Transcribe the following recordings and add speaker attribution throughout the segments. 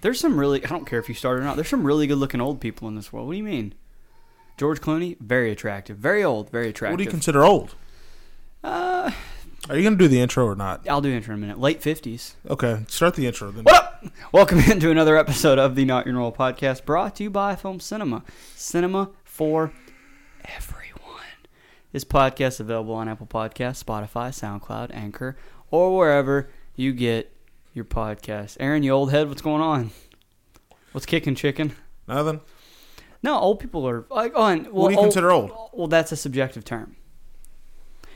Speaker 1: There's some really. I don't care if you start or not. There's some really good looking old people in this world. What do you mean? George Clooney, very attractive, very old, very attractive.
Speaker 2: What do you consider old?
Speaker 1: uh,
Speaker 2: Are you going to do the intro or not?
Speaker 1: I'll do intro in a minute. Late fifties.
Speaker 2: Okay, start the intro then.
Speaker 1: What up? Welcome into another episode of the Not Your Normal Podcast, brought to you by Film Cinema. Cinema for everyone. This podcast is available on Apple Podcasts, Spotify, SoundCloud, Anchor, or wherever you get your podcast. Aaron, you old head, what's going on? What's kicking, chicken?
Speaker 2: Nothing.
Speaker 1: No, old people are like oh, and, well,
Speaker 2: do you consider old?
Speaker 1: Well, that's a subjective term.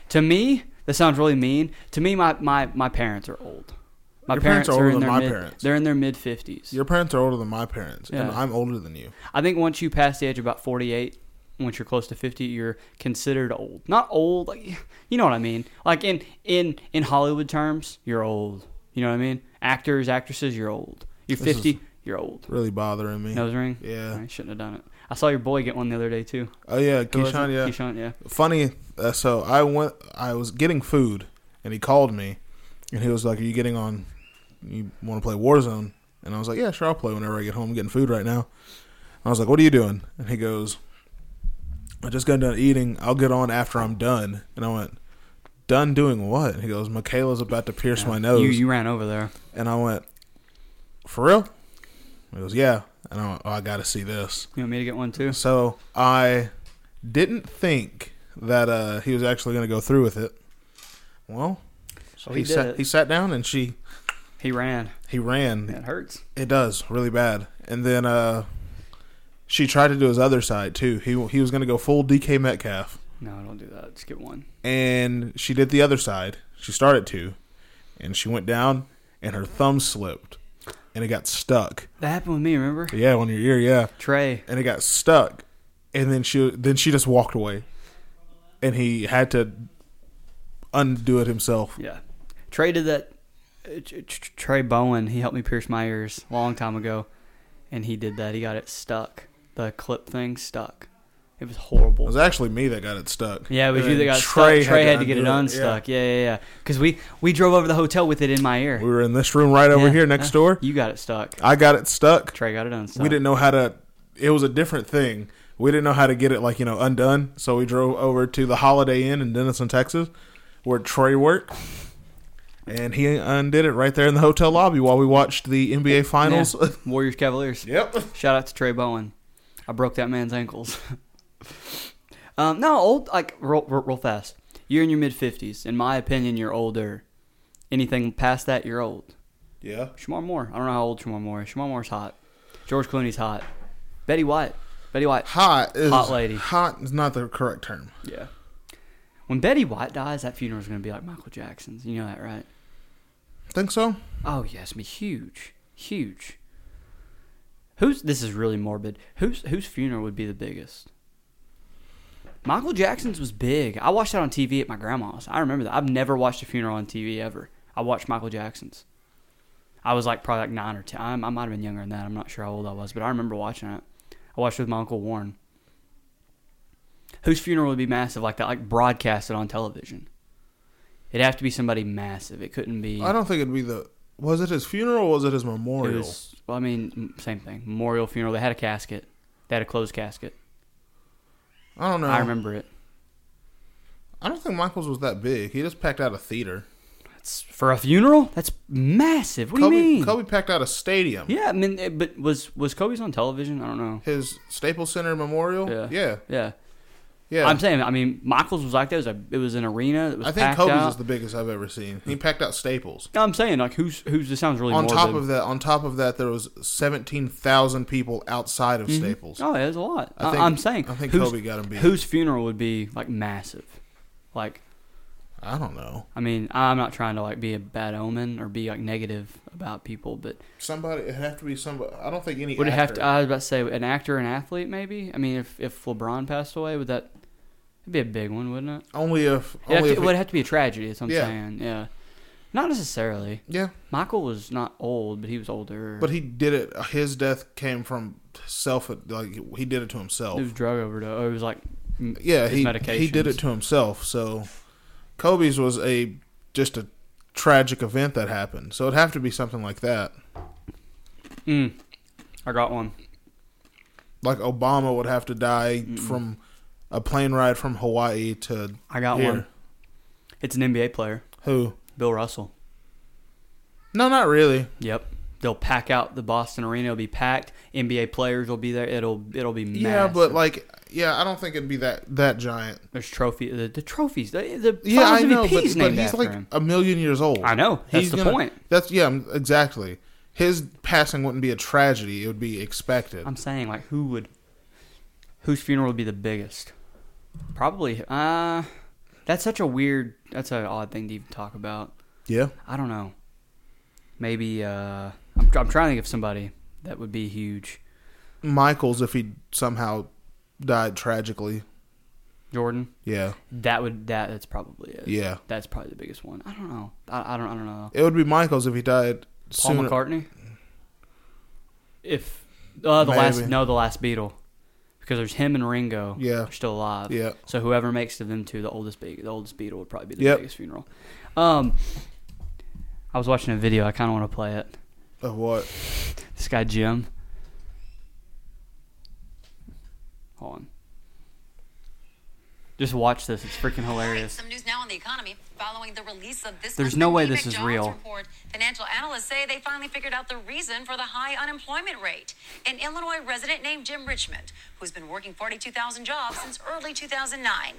Speaker 1: To me, that sounds really mean. To me, my my, my parents are old. My
Speaker 2: Your parents are older
Speaker 1: in
Speaker 2: than
Speaker 1: their
Speaker 2: my
Speaker 1: mid,
Speaker 2: parents.
Speaker 1: They're in their mid fifties.
Speaker 2: Your parents are older than my parents, and
Speaker 1: Yeah.
Speaker 2: I'm older than you.
Speaker 1: I think once you pass the age of about forty eight, once you're close to fifty, you're considered old. Not old, like, you know what I mean. Like in in in Hollywood terms, you're old. You know what I mean. Actors, actresses, you're old. You're
Speaker 2: This is-
Speaker 1: fifty, you're old.
Speaker 2: Really bothering me.
Speaker 1: Nose ring.
Speaker 2: Yeah.
Speaker 1: I shouldn't have done it. I saw your boy get one the other day too.
Speaker 2: Oh yeah,
Speaker 1: Who was
Speaker 2: Keyshawn.
Speaker 1: it?
Speaker 2: Yeah.
Speaker 1: Keyshawn, yeah.
Speaker 2: Funny. Uh, so I went. I was getting food, and he called me, and he was like, "Are you getting on? You want to play Warzone?" And I was like, "Yeah, sure. I'll play whenever I get home. I'm getting food right now." And I was like, "What are you doing?" And he goes, "I just got done eating. I'll get on after I'm done." And I went, "Done doing what?" And he goes, "Michaela's about to pierce my nose."
Speaker 1: You you ran over there.
Speaker 2: And I went, For real? He goes, Yeah. And I went, Oh, I got to see this.
Speaker 1: You want me to get one too?
Speaker 2: So I didn't think that uh, he was actually going to go through with it. Well,
Speaker 1: Oh,
Speaker 2: he,
Speaker 1: he did
Speaker 2: sat,
Speaker 1: it.
Speaker 2: he sat down and she,
Speaker 1: He ran.
Speaker 2: he ran.
Speaker 1: That hurts.
Speaker 2: It does really bad. And then uh, she tried to do his other side too. He, he was going to go full DK Metcalf.
Speaker 1: No, don't do that. Just get one.
Speaker 2: And she did the other side. She started to. And she went down and her thumb slipped and it got stuck.
Speaker 1: That happened with me. Remember
Speaker 2: Yeah, on your ear, yeah.
Speaker 1: Trey?
Speaker 2: and it got stuck and then she then she just walked away and he had to undo it himself
Speaker 1: Yeah, Trey did that. uh, Tr- Tr- Trey Bowen. He helped me pierce my ears a long time ago, and he did that. He got it stuck. The clip thing stuck. It was
Speaker 2: it
Speaker 1: horrible.
Speaker 2: was actually me that got it stuck
Speaker 1: yeah, it was
Speaker 2: And
Speaker 1: you that got
Speaker 2: Trey
Speaker 1: stuck. Trey had to get it
Speaker 2: undo
Speaker 1: unstuck. Yeah, yeah, yeah. Because we we drove over to the hotel with it in my ear.
Speaker 2: Yeah. we were in this room right over
Speaker 1: Yeah,
Speaker 2: here next
Speaker 1: yeah.
Speaker 2: door
Speaker 1: You got it stuck.
Speaker 2: i got it stuck
Speaker 1: Trey got it unstuck.
Speaker 2: we didn't know how to it was a different thing we didn't know how to get it like you know undone so we drove over to the holiday inn in denison texas where trey worked and he undid it right there in the hotel lobby while we watched the nba finals
Speaker 1: Yeah. Warriors Cavaliers.
Speaker 2: yep
Speaker 1: Shout out to Trey Bowen. I broke that man's ankles. um, no, old like real, real, real fast. You're in your mid fifties. In my opinion, you're older. Anything past that, you're old.
Speaker 2: yeah
Speaker 1: Shamar Moore. I don't know how old Shamar Moore is. Shamar Moore's hot. George Clooney's hot. Betty White. Betty White.
Speaker 2: Hot is
Speaker 1: Hot lady.
Speaker 2: Hot is not the correct term.
Speaker 1: Yeah. When Betty White dies, that funeral's gonna be like Michael Jackson's. You know that, right?
Speaker 2: Think so?
Speaker 1: Oh yes, me huge, huge. Who's this is really morbid. Whose whose funeral would be the biggest? Michael Jackson's was big. I watched that on TV at my grandma's. I remember that. I've never watched a funeral on TV ever. I watched Michael Jackson's. I was like probably like nine or ten. I, I might have been younger than that. I'm not sure how old I was, but I remember watching it. I watched it with my uncle Warren. Whose funeral would be massive like that? Like broadcasted on television. It'd have to be somebody massive. It couldn't be.
Speaker 2: I don't think it'd be the. Was it his funeral? or Was it his memorial?
Speaker 1: It was, well, I mean, m- same thing. Memorial funeral. They had a casket. They had a closed casket.
Speaker 2: I don't know.
Speaker 1: I remember it.
Speaker 2: I don't think Michael's was that big. He just packed out a theater.
Speaker 1: That's for a funeral. That's massive. What
Speaker 2: Kobe,
Speaker 1: do you mean?
Speaker 2: Kobe packed out a stadium.
Speaker 1: Yeah, I mean, it- but was was Kobe's on television? I don't know.
Speaker 2: His Staples Center Memorial.
Speaker 1: Yeah.
Speaker 2: yeah,
Speaker 1: Yeah,
Speaker 2: yeah.
Speaker 1: I'm saying. I mean, Michaels was like that. It was, a, it was an arena. It was
Speaker 2: I think
Speaker 1: packed
Speaker 2: Kobe's
Speaker 1: out.
Speaker 2: is the biggest I've ever seen. He packed out Staples.
Speaker 1: No, I'm saying like who's who's. This sounds really
Speaker 2: on
Speaker 1: morbid.
Speaker 2: top of that, on top of that, there was seventeen thousand people outside of Staples.
Speaker 1: Oh, yeah, there's a lot.
Speaker 2: I
Speaker 1: I
Speaker 2: think-
Speaker 1: am saying.
Speaker 2: I think
Speaker 1: whose-
Speaker 2: Kobe got him beat.
Speaker 1: Whose funeral would be like massive? Like
Speaker 2: I don't know.
Speaker 1: I mean, I'm not trying to like be a bad omen or be like negative about people, but
Speaker 2: Somebody it'd have to be somebody. I don't think any.
Speaker 1: Would it have to? uh, I
Speaker 2: actor-
Speaker 1: was about to say an actor, an athlete, maybe. I mean, if if LeBron passed away, would that? It'd be a big one, wouldn't it?
Speaker 2: only if
Speaker 1: It'd have
Speaker 2: only
Speaker 1: to-
Speaker 2: if
Speaker 1: it
Speaker 2: he-
Speaker 1: would have to be a tragedy. That's what I'm
Speaker 2: Yeah.
Speaker 1: saying. Yeah, not necessarily.
Speaker 2: yeah.
Speaker 1: Michael was not old, but he was older.
Speaker 2: But he did it. His death came from self. Like he did it to himself.
Speaker 1: it was drug overdose. It was like m-
Speaker 2: yeah,
Speaker 1: his
Speaker 2: he he
Speaker 1: medications.
Speaker 2: did it to himself. So Kobe's was a just a tragic event that happened. So it'd have to be something like that.
Speaker 1: Mm. I got one.
Speaker 2: Like Obama would have to die from a plane ride from Hawaii to
Speaker 1: I got
Speaker 2: here.
Speaker 1: one. It's an NBA player,
Speaker 2: Who?
Speaker 1: Bill Russell.
Speaker 2: No, not really.
Speaker 1: Yep. They'll pack out the Boston Arena. It'll be packed. NBA players will be there. It'll it'll be massive.
Speaker 2: Yeah, but like, yeah, I don't think it'd be that that giant.
Speaker 1: there's trophy the, the trophies the the
Speaker 2: Yeah, I know, but,
Speaker 1: MVP's
Speaker 2: but
Speaker 1: named
Speaker 2: he's
Speaker 1: after
Speaker 2: like
Speaker 1: him.
Speaker 2: a million years old.
Speaker 1: I know. That's the point.
Speaker 2: That's yeah, m- exactly. His passing wouldn't be a tragedy; it would be expected.
Speaker 1: I'm saying like who would whose funeral would be the biggest? Probably. Uh that's such a weird. That's an odd thing to even talk about.
Speaker 2: yeah,
Speaker 1: I don't know. Maybe uh, I'm, I'm trying to think of somebody that would be huge.
Speaker 2: Michael's if he somehow died tragically.
Speaker 1: Jordan.
Speaker 2: Yeah,
Speaker 1: That would that that's probably it.
Speaker 2: yeah,
Speaker 1: That's probably the biggest one. I don't know. I, I don't I don't know.
Speaker 2: it would be Michael's if he died
Speaker 1: Paul
Speaker 2: sooner.
Speaker 1: McCartney. If uh, the last
Speaker 2: Maybe.
Speaker 1: no the last Beatle, because there's him and Ringo.
Speaker 2: Yeah.
Speaker 1: are still alive.
Speaker 2: Yeah,
Speaker 1: So whoever makes to them two, the oldest big, the oldest Beatle would probably be the
Speaker 2: Yep.
Speaker 1: biggest funeral. Um, I was watching a video. I kind of want to play it.
Speaker 2: of what?
Speaker 1: This guy Jim. Hold on. Just watch this. It's freaking hilarious.
Speaker 3: Some news now on the economy following the release of this.
Speaker 1: There's
Speaker 3: month's
Speaker 1: no way
Speaker 3: economic
Speaker 1: this is
Speaker 3: jobs
Speaker 1: real.
Speaker 3: Report. Financial analysts say they finally figured out the reason for the high unemployment rate. An Illinois resident named Jim Richmond, who's been working 42,000 jobs since early 2009.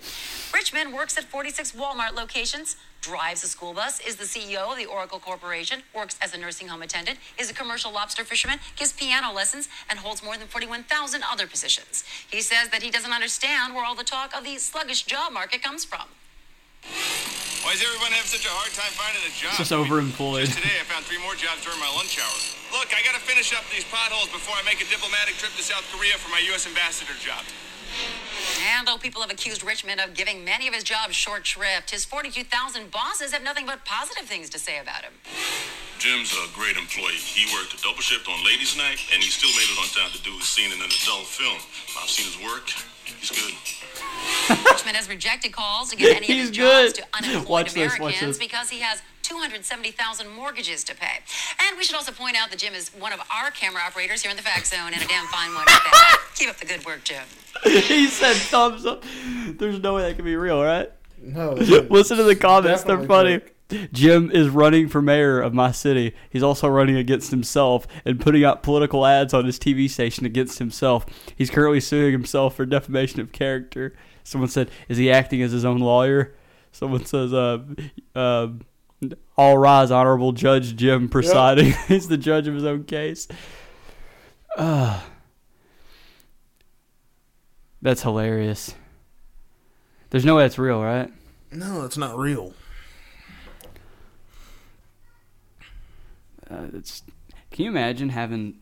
Speaker 3: Richmond works at 46 Walmart locations. Drives a school bus, is the CEO of the Oracle Corporation, works as a nursing home attendant, is a commercial lobster fisherman, gives piano lessons, and holds more than 41,000 other positions. He says that he doesn't understand where all the talk of the sluggish job market comes from.
Speaker 4: Why does everyone have such a hard time finding a job?
Speaker 1: It's just
Speaker 4: I mean,
Speaker 1: overemployed.
Speaker 4: Just today, I found three more jobs during my lunch hour. Look, I gotta finish up these potholes before I make a diplomatic trip to South Korea for my U.S. ambassador job.
Speaker 3: And though people have accused Richmond of giving many of his jobs short shrift, his 42,000 bosses have nothing but positive things to say about him.
Speaker 5: Jim's a great employee. He worked a double shift on ladies' night, and he still made it on time to do his scene in an adult film. I've seen his work. He's good.
Speaker 3: Richmond has rejected calls to give any of his
Speaker 1: He's
Speaker 3: jobs
Speaker 1: good.
Speaker 3: to unemployed
Speaker 1: Watch this, watch
Speaker 3: Americans
Speaker 1: this.
Speaker 3: because he has 270,000 mortgages to pay. And we should also point out that Jim is one of our camera operators here in the Fact Zone and a damn fine one at that. Keep up the good work, Jim.
Speaker 1: he said thumbs up. There's no way that can be real, right?
Speaker 2: No,
Speaker 1: Listen to the comments; they're funny.
Speaker 2: Definitely
Speaker 1: Jim is running for mayor of my city. He's also running against himself and putting out political ads on his TV station against himself. He's currently suing himself for defamation of character. Someone said, "Is he acting as his own lawyer?" Someone says, "Uh, uh all rise, honorable Judge Jim presiding. He's the judge of his own case." Uh, that's hilarious. There's no way it's real, right?
Speaker 2: no, it's not real.
Speaker 1: Uh, it's can you imagine having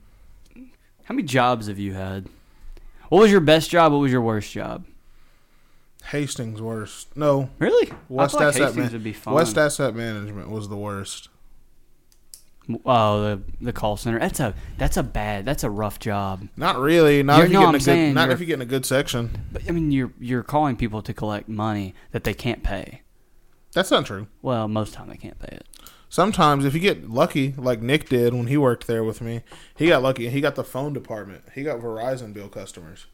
Speaker 1: how many jobs have you had? What was your best job? What was your worst job?
Speaker 2: Hastings worst. No,
Speaker 1: Really?
Speaker 2: West
Speaker 1: I feel like
Speaker 2: Asset
Speaker 1: Hastings
Speaker 2: Man-
Speaker 1: would be fun.
Speaker 2: West Asset Management was the worst.
Speaker 1: oh, the the call center. That's a that's a bad. That's a rough job.
Speaker 2: Not really. Not
Speaker 1: You're-
Speaker 2: if
Speaker 1: no,
Speaker 2: you get
Speaker 1: I'm
Speaker 2: in a
Speaker 1: saying
Speaker 2: good. Not
Speaker 1: you're-
Speaker 2: if you get in a good section.
Speaker 1: But I mean, you're you're calling people to collect money that they can't pay.
Speaker 2: That's not true.
Speaker 1: Well, most time they can't pay it.
Speaker 2: Sometimes if you get lucky, like Nick did when he worked there with me, he got lucky. He got the phone department. He got Verizon bill customers.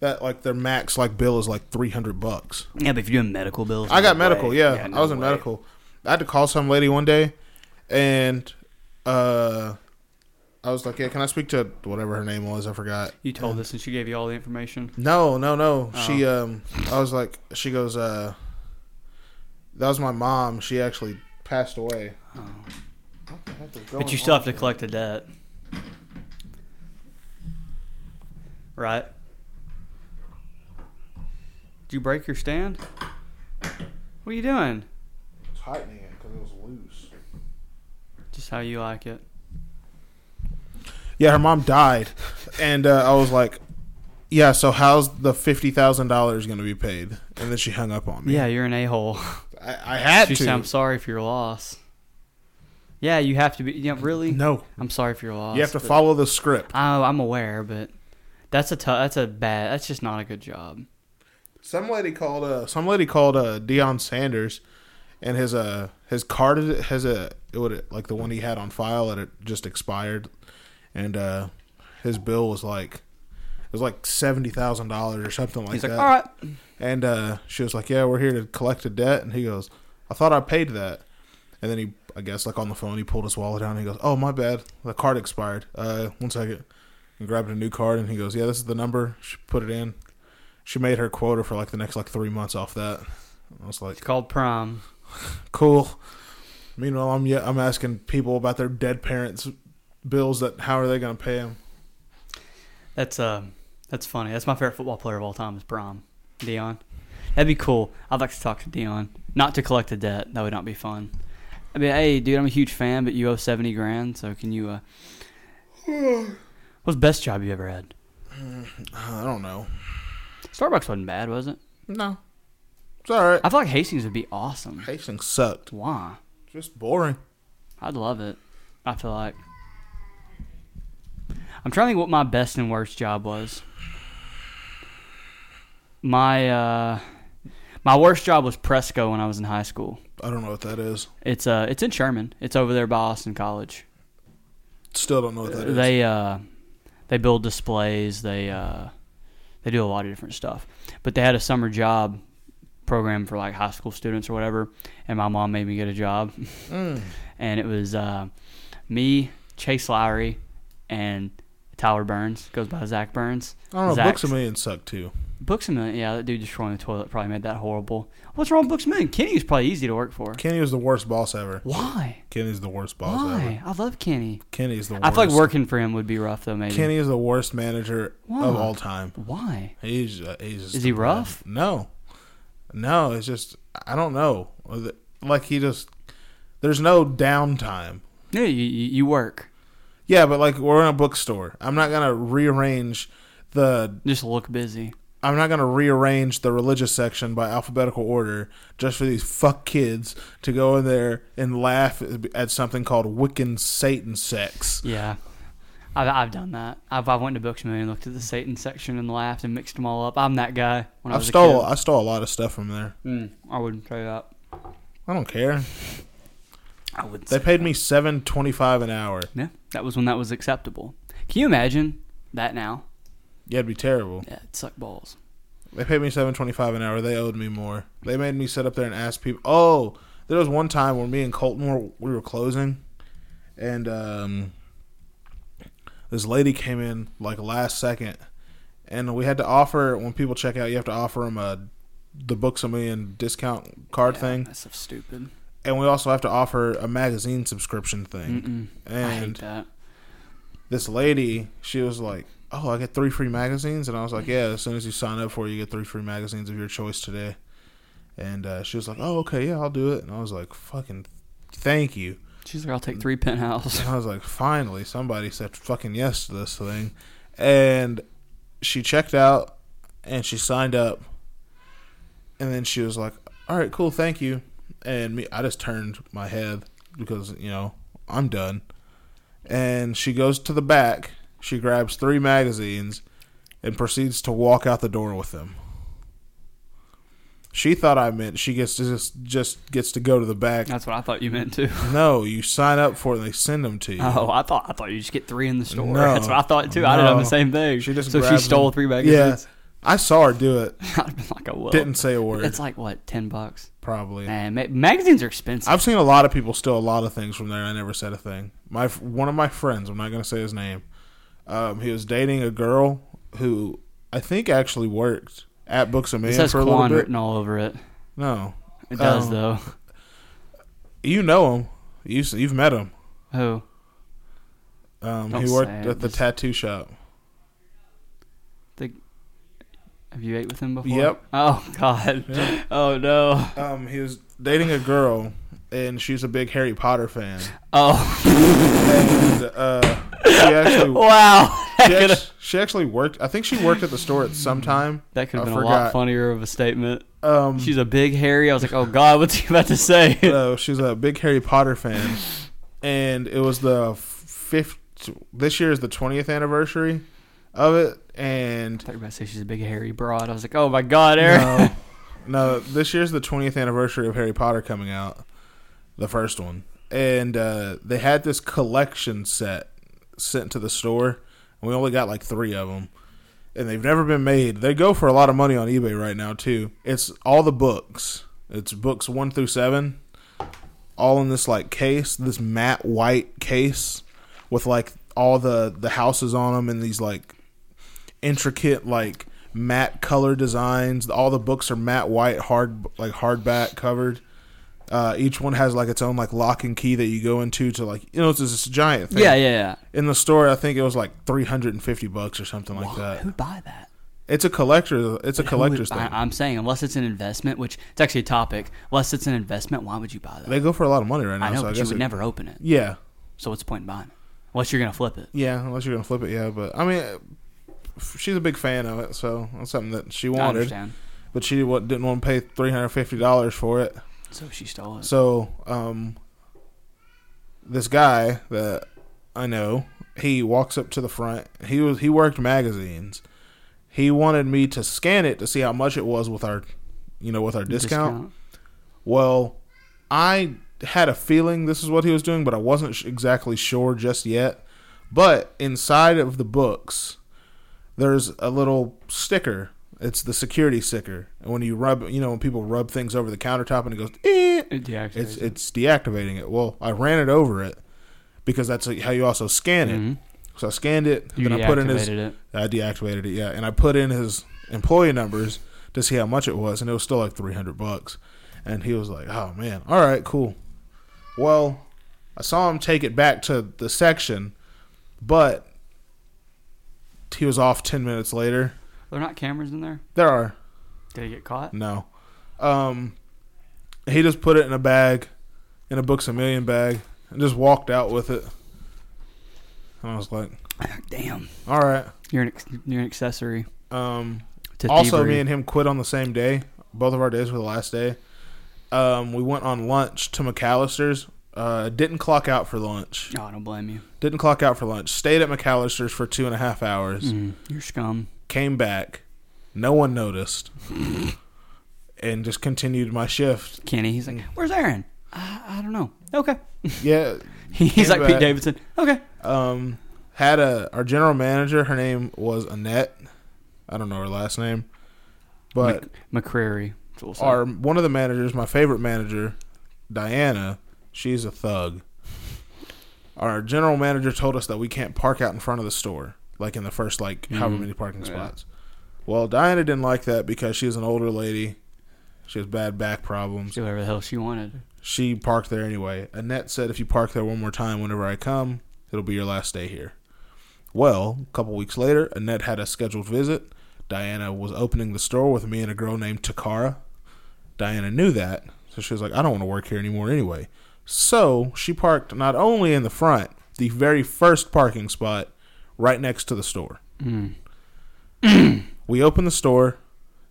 Speaker 2: That like their max like bill is like three hundred bucks.
Speaker 1: Yeah, but if you're doing medical bills,
Speaker 2: I got
Speaker 1: no way.
Speaker 2: medical. Yeah,
Speaker 1: no
Speaker 2: I was in
Speaker 1: way.
Speaker 2: medical. I had to call some lady one day, and uh, I was like, "Yeah, can I speak to whatever her name was? I forgot."
Speaker 1: You told this, and she gave you all the information.
Speaker 2: No, no, no.
Speaker 1: Oh.
Speaker 2: She um I was like she goes, uh that was my mom. She actually passed away. What the heck is going
Speaker 1: Oh. But you still
Speaker 2: on?
Speaker 1: have to collect the debt, right? Did you break your stand? What are you doing?
Speaker 2: tightening it because it was loose.
Speaker 1: Just how you like it.
Speaker 2: Yeah, her mom died, and uh, I was like, "Yeah, so how's the fifty thousand dollars going to be paid?" And then she hung up on me.
Speaker 1: Yeah, you're an a-hole.
Speaker 2: I, I had
Speaker 1: She
Speaker 2: to.
Speaker 1: said, "I'm sorry for your loss." Yeah, you have to be. Yeah, really?
Speaker 2: no,
Speaker 1: I'm sorry for your loss.
Speaker 2: you have to
Speaker 1: but-
Speaker 2: follow the script.
Speaker 1: I, I'm aware, but that's a tough. That's a bad. That's just not a good job.
Speaker 2: Some lady called uh some lady called uh Deion Sanders and his uh his card has a it would like the one he had on file it had just expired and uh, his bill was like it was like seventy thousand dollars or something like
Speaker 1: He's
Speaker 2: that.
Speaker 1: like, all right.
Speaker 2: And uh, she was like, "Yeah, we're here to collect a debt." And he goes, "I thought I paid that." And then he, I guess, like on the phone, he pulled his wallet out and he goes, "Oh, my bad. The card expired. Uh, one second. And grabbed a new card and he goes, "Yeah, this is the number." She put it in. She made her quota for like the next like three months off that. I was like,
Speaker 1: It's called prom.
Speaker 2: cool. Meanwhile, I'm yeah, I'm asking people about their dead parents' bills. That how are they going to pay them?
Speaker 1: That's uh, that's funny. That's my favorite football player of all time is prom, Dion. That'd be cool. I'd like to talk to Dion, not to collect a debt. That would not be fun. I mean, hey, dude, I'm a huge fan, but you owe seventy grand, so can you? uh What's the best job you ever had?
Speaker 2: I don't know.
Speaker 1: Starbucks wasn't bad, was it?
Speaker 2: No, it's all right.
Speaker 1: I feel like Hastings would be awesome.
Speaker 2: Hastings sucked.
Speaker 1: Why?
Speaker 2: Just boring.
Speaker 1: I'd love it. I feel like. I'm trying to think what my best and worst job was. My uh, my worst job was Presco when I was in high school.
Speaker 2: I don't know what that is.
Speaker 1: It's uh, it's in Sherman. It's over there by Austin College.
Speaker 2: Still don't know what that is.
Speaker 1: They uh, they build displays. They uh, they do a lot of different stuff. But they had a summer job program for like high school students or whatever, and my mom made me get a job.
Speaker 2: Mm.
Speaker 1: And it was uh, me, Chase Lowry, and Tyler Burns goes by Zach Burns.
Speaker 2: I don't know.
Speaker 1: Zach's-
Speaker 2: Books a Million sucked too.
Speaker 1: Books a million. Yeah, that dude destroying the toilet probably made that horrible. What's wrong with Books a million? Kenny was probably easy to work for.
Speaker 2: Kenny was the worst boss ever.
Speaker 1: Why?
Speaker 2: Kenny's the worst boss ever.
Speaker 1: Why? I love Kenny.
Speaker 2: Kenny's the worst.
Speaker 1: I feel like working for him would be rough though. Maybe.
Speaker 2: Kenny is the worst manager
Speaker 1: Why?
Speaker 2: of all time.
Speaker 1: Why?
Speaker 2: He's uh, he's just
Speaker 1: Is he
Speaker 2: a bad-
Speaker 1: rough?
Speaker 2: No, no. It's just I don't know. Like he just there's no downtime.
Speaker 1: No, you, you you work.
Speaker 2: Yeah, but like we're in a bookstore. I'm not gonna rearrange the
Speaker 1: Just look busy.
Speaker 2: I'm not gonna rearrange the religious section by alphabetical order just for these fuck kids to go in there and laugh at something called Wiccan Satan sex.
Speaker 1: Yeah. I've, I've done that. I've, I went to Books a Million, looked at the Satan section and laughed and mixed them all up. I'm that guy. When I
Speaker 2: I
Speaker 1: was a
Speaker 2: stole
Speaker 1: kid.
Speaker 2: I stole a lot of stuff from there.
Speaker 1: Mm, I wouldn't say that.
Speaker 2: I don't care.
Speaker 1: I wouldn't
Speaker 2: They
Speaker 1: say
Speaker 2: paid me seven twenty five an hour.
Speaker 1: Yeah, that was when that was acceptable. Can you imagine that now?
Speaker 2: Yeah, it'd be terrible.
Speaker 1: Yeah, it suck balls.
Speaker 2: They paid me seven twenty five an hour. They owed me more. They made me sit up there and ask people. Oh, there was one time when me and Colton were we were closing, and um, this lady came in like last second, and we had to offer when people check out, you have to offer them a the books a million discount card thing,
Speaker 1: That's so stupid.
Speaker 2: and we also have to offer a magazine subscription thing. And
Speaker 1: I hate that.
Speaker 2: this lady, she was like, "Oh, I get three free magazines," and I was like, "Yeah, as soon as you sign up for it, you get three free magazines of your choice today." And uh, she was like, "Oh, okay, yeah, I'll do it." And I was like, "Fucking, thank you."
Speaker 1: She's like, I'll take three penthouse.
Speaker 2: And I was like, "Finally, somebody said fucking yes to this thing." And she checked out, and she signed up, and then she was like, "All right, cool, thank you." And me, I just turned my head because you know I'm done. And she goes to the back. She grabs three magazines and proceeds to walk out the door with them. She thought I meant she gets to just just gets to go to the back.
Speaker 1: That's what I thought you meant too.
Speaker 2: No, you sign up for it and they send them to you.
Speaker 1: Oh, I thought I thought you just get three in the store.
Speaker 2: No.
Speaker 1: That's what I thought too. I did have the
Speaker 2: No.
Speaker 1: same thing.
Speaker 2: She just
Speaker 1: so she
Speaker 2: grabs
Speaker 1: stole
Speaker 2: them.
Speaker 1: three Oh. magazines.
Speaker 2: Yeah, I saw her do it.
Speaker 1: I'd have been like, I will.
Speaker 2: Didn't say a word.
Speaker 1: It's like what ten bucks.
Speaker 2: probably.
Speaker 1: Man, ma- magazines are expensive.
Speaker 2: I've seen a lot of people steal a lot of things from there. and I never said a thing. My f- one of my friends. I'm not going to say his name. Um, he was dating a girl who I think actually worked at Books a
Speaker 1: It
Speaker 2: Million
Speaker 1: says
Speaker 2: for a little
Speaker 1: Quan
Speaker 2: bit.
Speaker 1: written all over it.
Speaker 2: No,
Speaker 1: It does
Speaker 2: Oh.
Speaker 1: though.
Speaker 2: you know him. You s- you've met him.
Speaker 1: Who?
Speaker 2: Um,
Speaker 1: Don't
Speaker 2: he
Speaker 1: say
Speaker 2: worked
Speaker 1: it.
Speaker 2: at the
Speaker 1: Just-
Speaker 2: tattoo shop.
Speaker 1: The, have you ate with him before?
Speaker 2: Yep.
Speaker 1: Oh God. Oh no.
Speaker 2: Um, he was dating a girl, and she's a big Harry Potter fan.
Speaker 1: Oh
Speaker 2: And uh, she actually
Speaker 1: wow. That
Speaker 2: she,
Speaker 1: coulda-
Speaker 2: act- she actually worked. I think she worked at the store at some time.
Speaker 1: that could have
Speaker 2: I
Speaker 1: been a lot
Speaker 2: forgot.
Speaker 1: funnier of a statement.
Speaker 2: Um, Uh,
Speaker 1: She's a big hairy. I was like, oh God, what's he about to say?
Speaker 2: so she's a big Harry Potter fan, and it was the fifth. This year is the twentieth anniversary of it, and
Speaker 1: I thought you were about to say she's a big hairy broad. I was like, oh my God, Eric.
Speaker 2: no, no, this year's the twentieth anniversary of Harry Potter coming out, the first one, and uh, they had this collection set sent to the store, and we only got like three of them, and they've never been made. They go for a lot of money on eBay right now too. It's all the books. It's books one through seven, all in this like case, this matte white case with like all the the houses on them and these like intricate like matte color designs. All the books are matte white, hard like hardback covered. Uh, each one has like its own like lock and key that you go into to like you know it's just this giant thing.
Speaker 1: Yeah, yeah, yeah.
Speaker 2: In the store, I think it was like three hundred and fifty bucks or something like that.
Speaker 1: Who'd buy that?
Speaker 2: It's a collector. It's a collector's
Speaker 1: Who
Speaker 2: thing.
Speaker 1: would- I, am saying, unless it's an investment, which it's actually a topic. Unless it's an investment, why would you buy that?
Speaker 2: they go for a lot of money right now.
Speaker 1: I know,
Speaker 2: so I
Speaker 1: but
Speaker 2: guess
Speaker 1: you would
Speaker 2: it-
Speaker 1: never open it.
Speaker 2: Yeah,
Speaker 1: So what's the point in buying it? Unless you're gonna flip it.
Speaker 2: yeah. Unless you're gonna flip it, yeah. But I mean, f- she's a big fan of it, so that's something that she
Speaker 1: I
Speaker 2: wanted.
Speaker 1: understand.
Speaker 2: But she wa- didn't want to pay three hundred fifty dollars for it.
Speaker 1: So she stole it.
Speaker 2: So, um, this guy that I know, he walks up to the front. He was he worked magazines. He wanted me to scan it to see how much it was with our, you know, with our discount. Well, I had a feeling this is what he was doing, but I wasn't sh- exactly sure just yet. But inside of the books, there's a little sticker. It's the security sticker, and when you rub, you know, when people rub things over the countertop, and it goes, eh,
Speaker 1: It deactivates
Speaker 2: it's
Speaker 1: it.
Speaker 2: it's deactivating it. Well, I ran it over it because that's how you also scan it. So I scanned it,
Speaker 1: Mm-hmm. You
Speaker 2: then I put in his,
Speaker 1: deactivated it.
Speaker 2: I deactivated it, yeah, and I put in his employee numbers to see how much it was, and it was still like three hundred bucks. And he was like, "Oh man, all right, cool." Well, I saw him take it back to the section, but he was off ten minutes later.
Speaker 1: There are not cameras in there.
Speaker 2: There are
Speaker 1: Did it get caught?
Speaker 2: no. Um, he just put it in a bag, in a Books a Million bag, and just walked out with it. And I was like,
Speaker 1: Damn,
Speaker 2: all right.
Speaker 1: you're an ex- you're an accessory.
Speaker 2: Um,
Speaker 1: To
Speaker 2: also,
Speaker 1: thievery.
Speaker 2: me and him quit on the same day. Both of our days were the last day. Um, we went on lunch to McAllister's. Uh, didn't clock out for lunch.
Speaker 1: Oh, I don't blame you.
Speaker 2: Didn't clock out for lunch. Stayed at McAllister's for two and a half hours
Speaker 1: Mm, You're scum.
Speaker 2: came back, no one noticed, and just continued my shift.
Speaker 1: Kenny, he's like,
Speaker 2: Mm.
Speaker 1: "Where's Aaron?" I, I don't know. Okay.
Speaker 2: Yeah,
Speaker 1: he's like
Speaker 2: back.
Speaker 1: Pete Davidson. Okay.
Speaker 2: um, had a our general manager. Her name was Annette. I don't know her last name, but
Speaker 1: McCrary. that's what we'll say.
Speaker 2: our one of the managers, my favorite manager, Diana, she's a thug. Our general manager told us that we can't park out in front of the store, like in the first like however many parking spots. Well, Diana didn't like that because she's an older lady. She has bad back problems.
Speaker 1: Do whatever the hell she wanted.
Speaker 2: She parked there anyway. Annette said, if you park there one more time whenever I come, it'll be your last day here. Well, a couple weeks later, Annette had a scheduled visit. Diana was opening the store with me and a girl named Takara. Diana knew that, so she was like, I don't want to work here anymore anyway. So she parked not only in the front, the very first parking spot right next to the store. we open the store.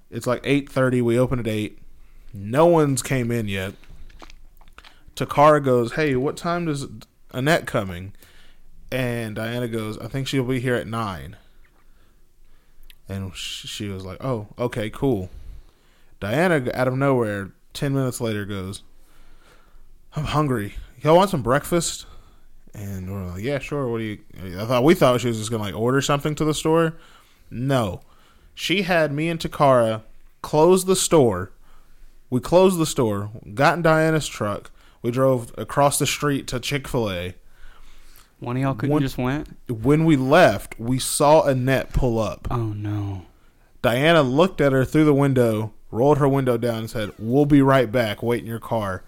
Speaker 2: It's like 8.30. We open at 8. No one's came in yet. Takara goes, "Hey, what time does Annette coming?" And Diana goes, "I think she'll be here at 9." And sh- she was like, "Oh, okay, cool." Diana out of nowhere 10 minutes later goes, "I'm hungry. Y'all want some breakfast?" And we're like, "Yeah, sure. What do you I thought we thought she was just going to like order something to the store. No. She had me and Takara close the store. We closed the store, got in Diana's truck. We drove across the street to Chick fil A.
Speaker 1: One of y'all couldn't
Speaker 2: One-
Speaker 1: just went.
Speaker 2: When we left, we saw Annette pull up.
Speaker 1: Oh no.
Speaker 2: Diana looked at her through the window, rolled her window down, and said, We'll be right back. Wait in your car.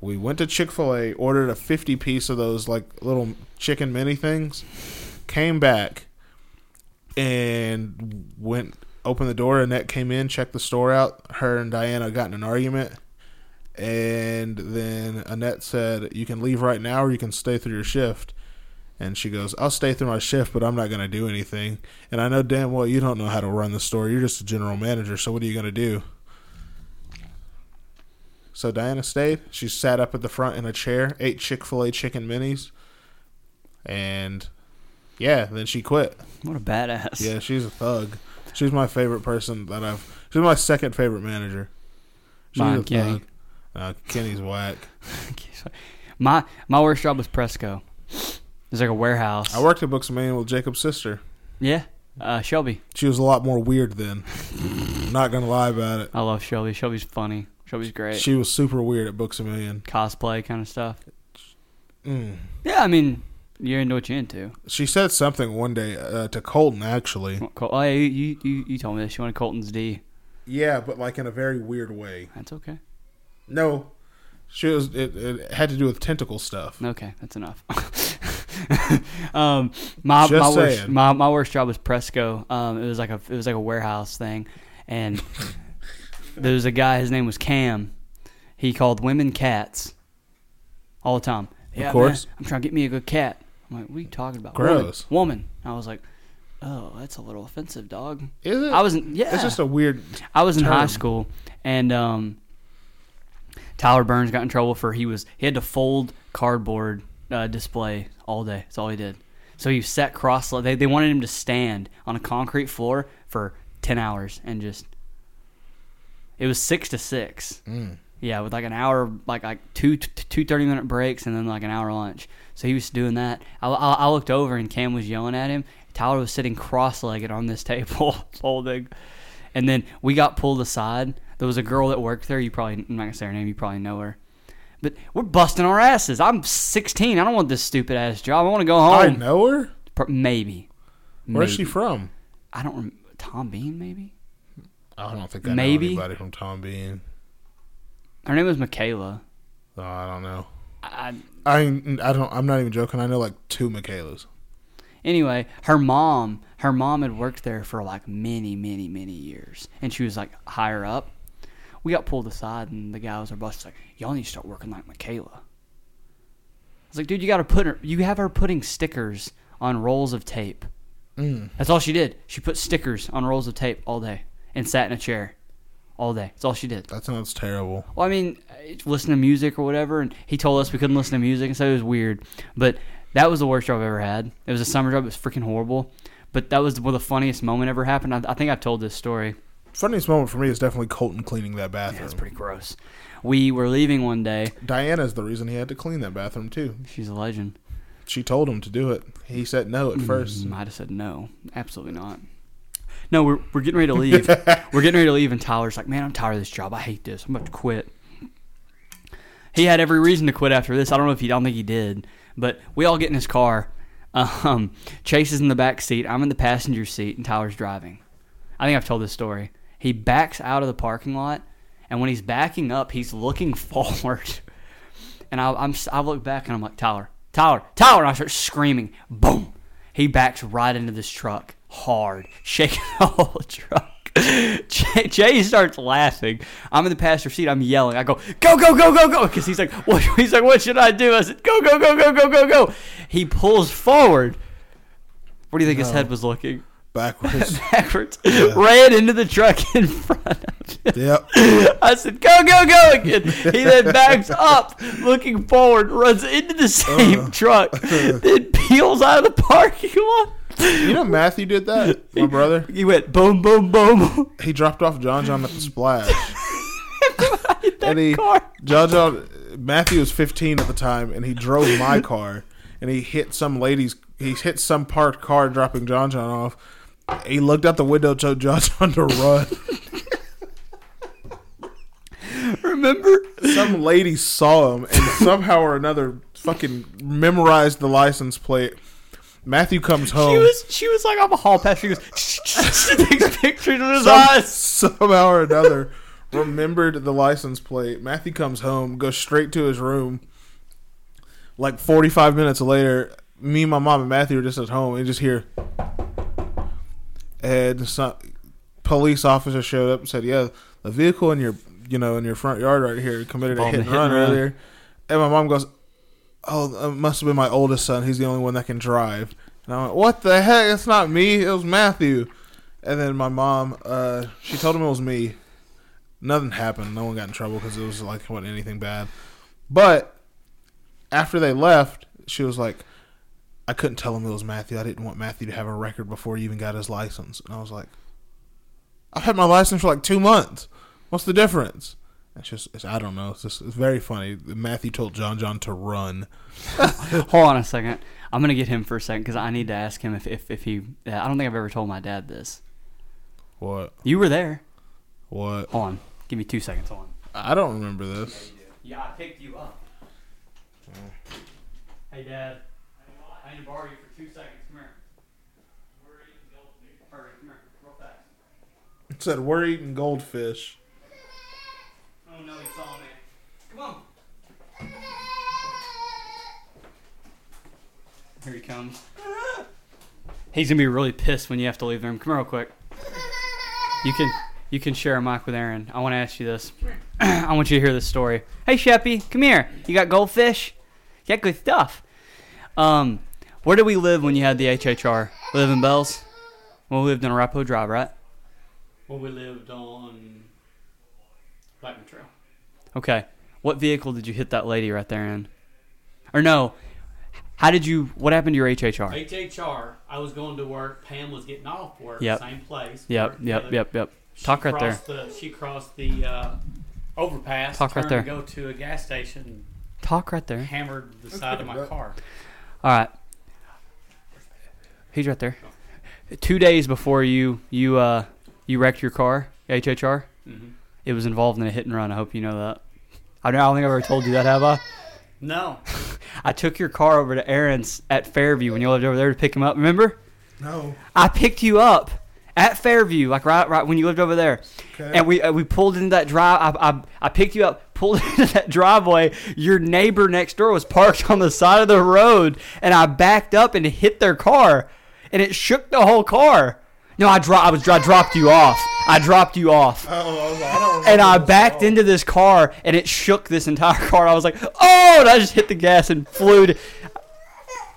Speaker 2: We went to Chick fil A, ordered a 50 piece of those like little chicken mini things, came back, and went opened the door. Annette came in, checked the store out. Her and Diana got in an argument. And then Annette said, You can leave right now or you can stay through your shift. And she goes, I'll stay through my shift, but I'm not going to do anything. And I know damn well you don't know how to run the store. You're just a general manager. So what are you going to do? So Diana stayed. She sat up at the front in a chair, ate Chick fil A chicken minis. And yeah, then she quit.
Speaker 1: What a badass.
Speaker 2: Yeah, she's a thug. She's my favorite person that I've. She's my second favorite manager. She's
Speaker 1: Mine,
Speaker 2: a
Speaker 1: Kenny.
Speaker 2: thug. Uh, Kenny's whack.
Speaker 1: my my worst job was Presco. It's like a warehouse.
Speaker 2: I worked at Books a Million with Jacob's sister.
Speaker 1: yeah, uh, Shelby.
Speaker 2: She was a lot more weird then. Not gonna lie about it.
Speaker 1: I love Shelby. Shelby's funny. Shelby's great.
Speaker 2: She was super weird at Books a Million.
Speaker 1: Cosplay kind of stuff.
Speaker 2: Mm.
Speaker 1: Yeah, I mean, you're into what you're into.
Speaker 2: She said something one day uh, to Colton actually.
Speaker 1: Col- Oh, yeah, you, you you told me this. You wanted Colton's D.
Speaker 2: Yeah, but like in a very weird way.
Speaker 1: That's okay.
Speaker 2: No, she was. It, it had to do with tentacle stuff.
Speaker 1: Okay, that's enough. um, my
Speaker 2: Just
Speaker 1: my worst,
Speaker 2: saying.
Speaker 1: my my worst job was Presco. Um, it was like a it was like a warehouse thing, and there was a guy. His name was Cam. He called women cats all the time. Yeah,
Speaker 2: course.
Speaker 1: Man, I'm trying to get me a good cat. I'm like, what are you talking about?
Speaker 2: Gross.
Speaker 1: Woman. Woman. I was like, oh, that's a little offensive, dog.
Speaker 2: Is it?
Speaker 1: I was in, yeah.
Speaker 2: It's just a weird.
Speaker 1: I was in high
Speaker 2: term.
Speaker 1: school, and um, Tyler Burns got in trouble for he was he had to fold cardboard uh, display all day. That's all he did. So he sat cross. They they wanted him to stand on a concrete floor for ten hours and just. It was six to six. Mm. Yeah, with like an hour, like like two t- two thirty minute breaks, and then like an hour lunch. So he was doing that. I, I, I looked over and Cam was yelling at him. Tyler was sitting cross legged on this table folding, and then we got pulled aside. There was a girl that worked there. You probably I'm not gonna say her name. You probably know her. But we're busting our asses. I'm 16. I don't want this stupid ass job. I want to go home.
Speaker 2: I know her.
Speaker 1: Pro- Maybe.
Speaker 2: Where's she
Speaker 1: Oh. Maybe.
Speaker 2: from?
Speaker 1: I don't. Rem- Tom Bean, maybe.
Speaker 2: I don't think I
Speaker 1: Maybe.
Speaker 2: know anybody from Tom Bean.
Speaker 1: Her name was Michaela.
Speaker 2: Oh, I don't know.
Speaker 1: I,
Speaker 2: I I don't. I'm not even joking. I know like two Michaelas.
Speaker 1: anyway, her mom, her mom had worked there for like many, many, many years, and she was like higher up. We got pulled aside, and the guy was our boss. was like, "Y'all need to start working like Michaela." I was like, "Dude, you got to put her. You have her putting stickers on rolls of tape. That's all she did. She put stickers on rolls of tape all day, and sat in a chair all day. That's all she did."
Speaker 2: That sounds terrible.
Speaker 1: Well, I mean, uh, listen to music or whatever, and he told us we couldn't listen to music, and so it was weird. But that was the worst job I've ever had. It was a summer job; it was freaking horrible. But that was one of the funniest moment ever happened. I, I think I've told this story.
Speaker 2: Funniest moment for me is definitely Colton cleaning that bathroom.
Speaker 1: That's pretty gross. We were leaving one day.
Speaker 2: Diana's the reason he had to clean that bathroom too.
Speaker 1: She's a legend.
Speaker 2: She told him to do it. He said no at first.
Speaker 1: Might have said no. Absolutely not. No, we're, we're getting ready to leave. we're getting ready to leave, and Tyler's like, man, I'm tired of this job. I hate this. I'm about to quit. He had every reason to quit after this. I don't know if he, I don't think he did, but we all get in his car. Um, Chase is in the back seat. I'm in the passenger seat, and Tyler's driving. I think I've told this story. He backs out of the parking lot, and when he's backing up, he's looking forward. And I, I'm, I look back and I'm like, Tyler, Tyler, Tyler. And I start screaming. Boom. He backs right into this truck hard, shaking the whole truck. Jay, Jay starts laughing. I'm in the passenger seat. I'm yelling. I go, go, go, go, go, go. Because he's like, what, he's like, what should I do? I said, go, go, go, go, go, go, go. He pulls forward. Where do you think his head was looking?
Speaker 2: Backwards.
Speaker 1: Backwards. Ran into the truck in front of him.
Speaker 2: yep.
Speaker 1: I said, go, go, go again. He then backs up, looking forward, runs into the same
Speaker 2: Uh.
Speaker 1: truck, then peels out of the parking lot.
Speaker 2: You know Matthew did that. My brother.
Speaker 1: He went boom, boom, boom.
Speaker 2: He dropped off John John at the splash. and he
Speaker 1: car.
Speaker 2: John John Matthew was 15 at the time, and he drove my car, and he hit some lady's. He hit some parked car, dropping John John off. He looked out the window, told John John to run.
Speaker 1: Remember?
Speaker 2: some lady saw him, and somehow or another, fucking memorized the license plate. Matthew comes home.
Speaker 1: She was she was like, I'm a hall pass. She goes, she takes pictures of his
Speaker 2: some,
Speaker 1: eyes.
Speaker 2: somehow or another remembered the license plate. Matthew comes home, goes straight to his room. Like 45 minutes later, me, my mom, and Matthew are just at home and just hear. And some police officer showed up and said, "Yeah, the vehicle in your, you know, in your front yard right here committed a
Speaker 1: Involved
Speaker 2: hit
Speaker 1: in
Speaker 2: and
Speaker 1: a hit
Speaker 2: run
Speaker 1: and run."
Speaker 2: earlier." And my mom goes, "Oh, it must have been my oldest son. He's the only one that can drive." And I went, "What the heck? It's not me. It was Matthew." And then my mom, uh, she told him it was me. Nothing happened. No one got in trouble because it was like it wasn't anything bad. But after they left, she was like, "I couldn't tell him it was Matthew. I didn't want Matthew to have a record before he even got his license." And I was like, "I've had my license for like two months. What's the difference?" It's just it's, I don't know. It's just it's very funny. Matthew told John John to run.
Speaker 1: Hold on a second. I'm gonna get him for a second because I need to ask him if if, if he. I don't think I've ever told my dad this.
Speaker 2: What?
Speaker 1: You were there.
Speaker 2: What?
Speaker 1: Hold on. Give me two seconds. Hold on.
Speaker 2: I don't remember this.
Speaker 1: Yeah, I picked you up. Hey, Dad. I need to borrow you for two seconds. Come here. Hurry, come here, real fast.
Speaker 2: It said we're eating goldfish.
Speaker 1: Oh no, he saw me. Come on. Here he comes. He's gonna be really pissed when you have to leave the room. Come here real quick. You can you can share a mic with Aaron. I want to ask you this. I want you to hear this story. Hey Sheppy, come here. You got goldfish? You got good stuff. Um, where did we live when you had the HHR? We live in Bells. Well, we lived in Arapahoe Drive, right? Well, we lived on Blackman Trail. Okay. What vehicle did you hit that lady right there in? Or no? How did you? What happened to your HHR?
Speaker 6: HHR, I was going to work. Pam was getting off work.
Speaker 1: Yep.
Speaker 6: Same place. we
Speaker 1: Yep,
Speaker 6: worked
Speaker 1: yep,
Speaker 6: together.
Speaker 1: yep, yep.
Speaker 6: She
Speaker 1: Talk right there.
Speaker 6: crossed The, she crossed the uh, overpass.
Speaker 1: Talk right
Speaker 6: turned
Speaker 1: there.
Speaker 6: To go to a gas station.
Speaker 1: Talk right there.
Speaker 6: Hammered the side of my
Speaker 2: good.
Speaker 6: car.
Speaker 1: All right. He's right there. Two days before you you uh you wrecked your car, HHR.
Speaker 6: Mm-hmm.
Speaker 1: It was involved in a hit and run. I hope you know that. I don't I don't think I've ever told you that, have I?
Speaker 6: No.
Speaker 1: I took your car over to Aaron's at Fairview when you lived over there to pick him up. Remember?
Speaker 2: No.
Speaker 1: I picked you up at Fairview, like right, right when you lived over there,
Speaker 2: Okay.
Speaker 1: and we uh, we pulled into that drive. I, I I picked you up, pulled into that driveway. Your neighbor next door was parked on the side of the road, and I backed up and hit their car, and it shook the whole car. No, I dro- I was I dropped you off. I dropped you off.
Speaker 2: Oh, I, was like, I don't remember
Speaker 1: And I
Speaker 2: this at
Speaker 1: backed
Speaker 2: all.
Speaker 1: into this car, and it shook this entire car. I was like, "Oh!" And I just hit the gas and flew. To...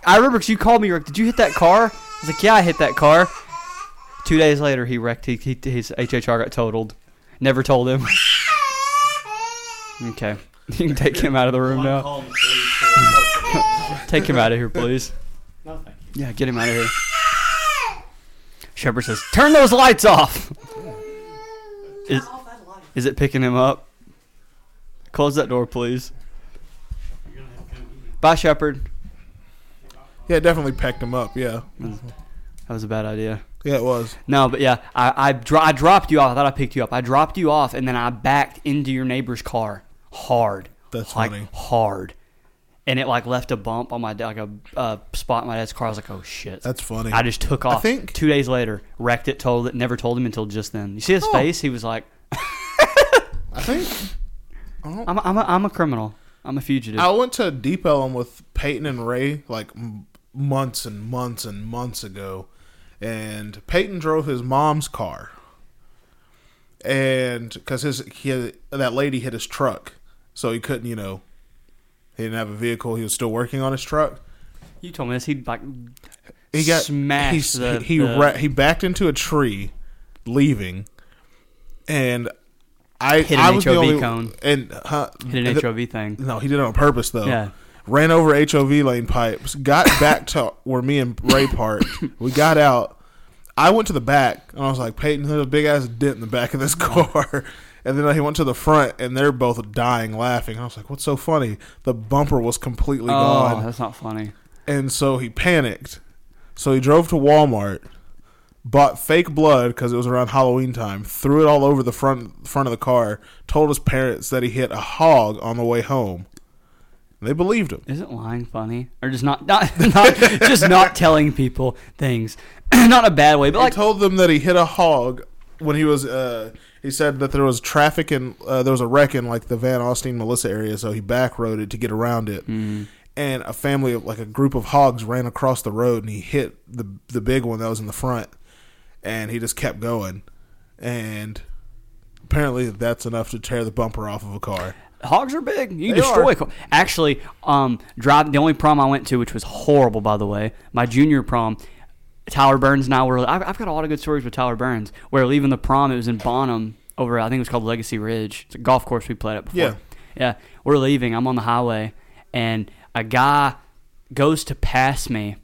Speaker 1: I remember because you called me. you were like, Did you hit that car? I was like, "Yeah, I hit that car." Two days later, he wrecked. He, he, his HHR got totaled. Never told him. okay, you can take him out of the room
Speaker 6: I'm
Speaker 1: now.
Speaker 6: calling the police for a report.
Speaker 1: Take him out of here, please.
Speaker 6: No, thank you.
Speaker 1: Yeah, get him out of here. Shepard says, "Turn those lights off." Is, is it picking him up? Close that door, please. Bye, Shepard.
Speaker 2: Yeah, definitely packed him up. Yeah,
Speaker 1: That was a bad idea.
Speaker 2: yeah, it was.
Speaker 1: No, but yeah, I I, dro- I dropped you off. I thought I picked you up. I dropped you off, and then I backed into your neighbor's car hard.
Speaker 2: That's
Speaker 1: like
Speaker 2: funny.
Speaker 1: hard, and it like left a bump on my da- like a uh, spot in my dad's car. I was like, oh shit.
Speaker 2: That's funny.
Speaker 1: I just took off.
Speaker 2: think-
Speaker 1: two days later, wrecked it, told it, never told him until just then. You see
Speaker 2: Oh.
Speaker 1: his face? He was like,
Speaker 2: I think
Speaker 1: I'm a, I'm a, I'm a criminal. I'm a fugitive.
Speaker 2: I went to Deep Ellum with Peyton and Ray like m- months and months and months ago, and Peyton drove his mom's car, and because his he had, that lady hit his truck, so he couldn't you know he didn't have a vehicle. He was still working on his truck.
Speaker 1: you told me this. He'd like
Speaker 2: He got
Speaker 1: Smashed
Speaker 2: He,
Speaker 1: the-
Speaker 2: he,
Speaker 1: the-
Speaker 2: ra- he backed into a tree, leaving, and. I,
Speaker 1: Hit an
Speaker 2: I was the
Speaker 1: HOV
Speaker 2: only,
Speaker 1: cone.
Speaker 2: and huh,
Speaker 1: hit an
Speaker 2: the-
Speaker 1: HOV thing.
Speaker 2: No, he did it on purpose though.
Speaker 1: Yeah.
Speaker 2: Ran over HOV lane pipes, got back to where me and Ray parked. We got out. I went to the back and I was like, Peyton, there's a big ass dent in the back of this car. And then he went to the front and they're both dying laughing. I was like, what's so funny? The bumper was completely
Speaker 1: Oh,
Speaker 2: gone.
Speaker 1: that's not funny.
Speaker 2: And so he panicked. So he drove to Walmart, bought fake blood because it was around Halloween time, threw it all over the front front of the car, told his parents that he hit a hog on the way home. They believed him.
Speaker 1: Isn't lying funny? Or just not not, not just not telling people things, not in a bad way, but
Speaker 2: I
Speaker 1: like
Speaker 2: told them that he hit a hog when he was. Uh, he said that there was traffic and uh, there was a wreck in like the Van Austin Melissa area, so he back roaded to get around it.
Speaker 1: Mm-hmm.
Speaker 2: And a family, of like a group of hogs, ran across the road and he hit the the big one that was in the front, and he just kept going, and apparently that's enough to tear the bumper off of a car.
Speaker 1: hogs are big. You can
Speaker 2: They
Speaker 1: destroy.
Speaker 2: are.
Speaker 1: co- Actually, um, drive the only prom I went to, which was horrible, by the way, my junior prom. Tyler Burns and I were. I've, I've got a lot of good stories with Tyler Burns. Where leaving the prom, it was in Bonham over. I think it was called Legacy Ridge. It's a golf course we played at before.
Speaker 2: Yeah.
Speaker 1: Yeah, we're leaving. I'm on the highway, and a guy goes to pass me,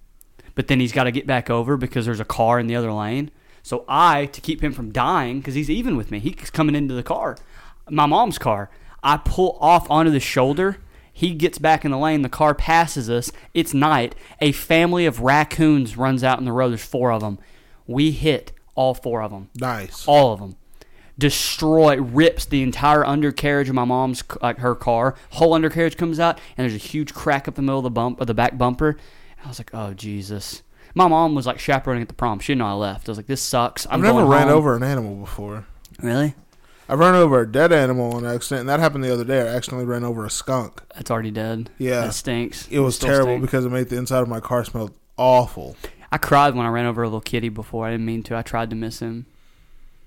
Speaker 1: but then he's got to get back over because there's a car in the other lane. So I, to keep him from dying, because he's even with me, he's coming into the car, my mom's car. I pull off onto the shoulder He gets back in the lane. The car passes us. It's night. A family of raccoons runs out in the road. There's four of them. We hit all four of them
Speaker 2: Nice.
Speaker 1: all of them destroy rips the entire undercarriage of my mom's like her car whole undercarriage comes out and there's a huge crack up the middle of the bump of the back bumper i was like oh jesus my mom was like chaperoning at the prom she didn't know i left i was like this sucks I'm
Speaker 2: I've never
Speaker 1: going
Speaker 2: ran
Speaker 1: home.
Speaker 2: over an animal before.
Speaker 1: really
Speaker 2: I've run over a dead animal on accident, and that happened the other day. I accidentally ran over a skunk.
Speaker 1: that's already dead
Speaker 2: Yeah.
Speaker 1: that stinks
Speaker 2: It was
Speaker 1: still
Speaker 2: terrible
Speaker 1: stinks.
Speaker 2: because it made the inside of my car smell awful.
Speaker 1: i cried when i ran over a little kitty before i didn't mean to i tried to miss him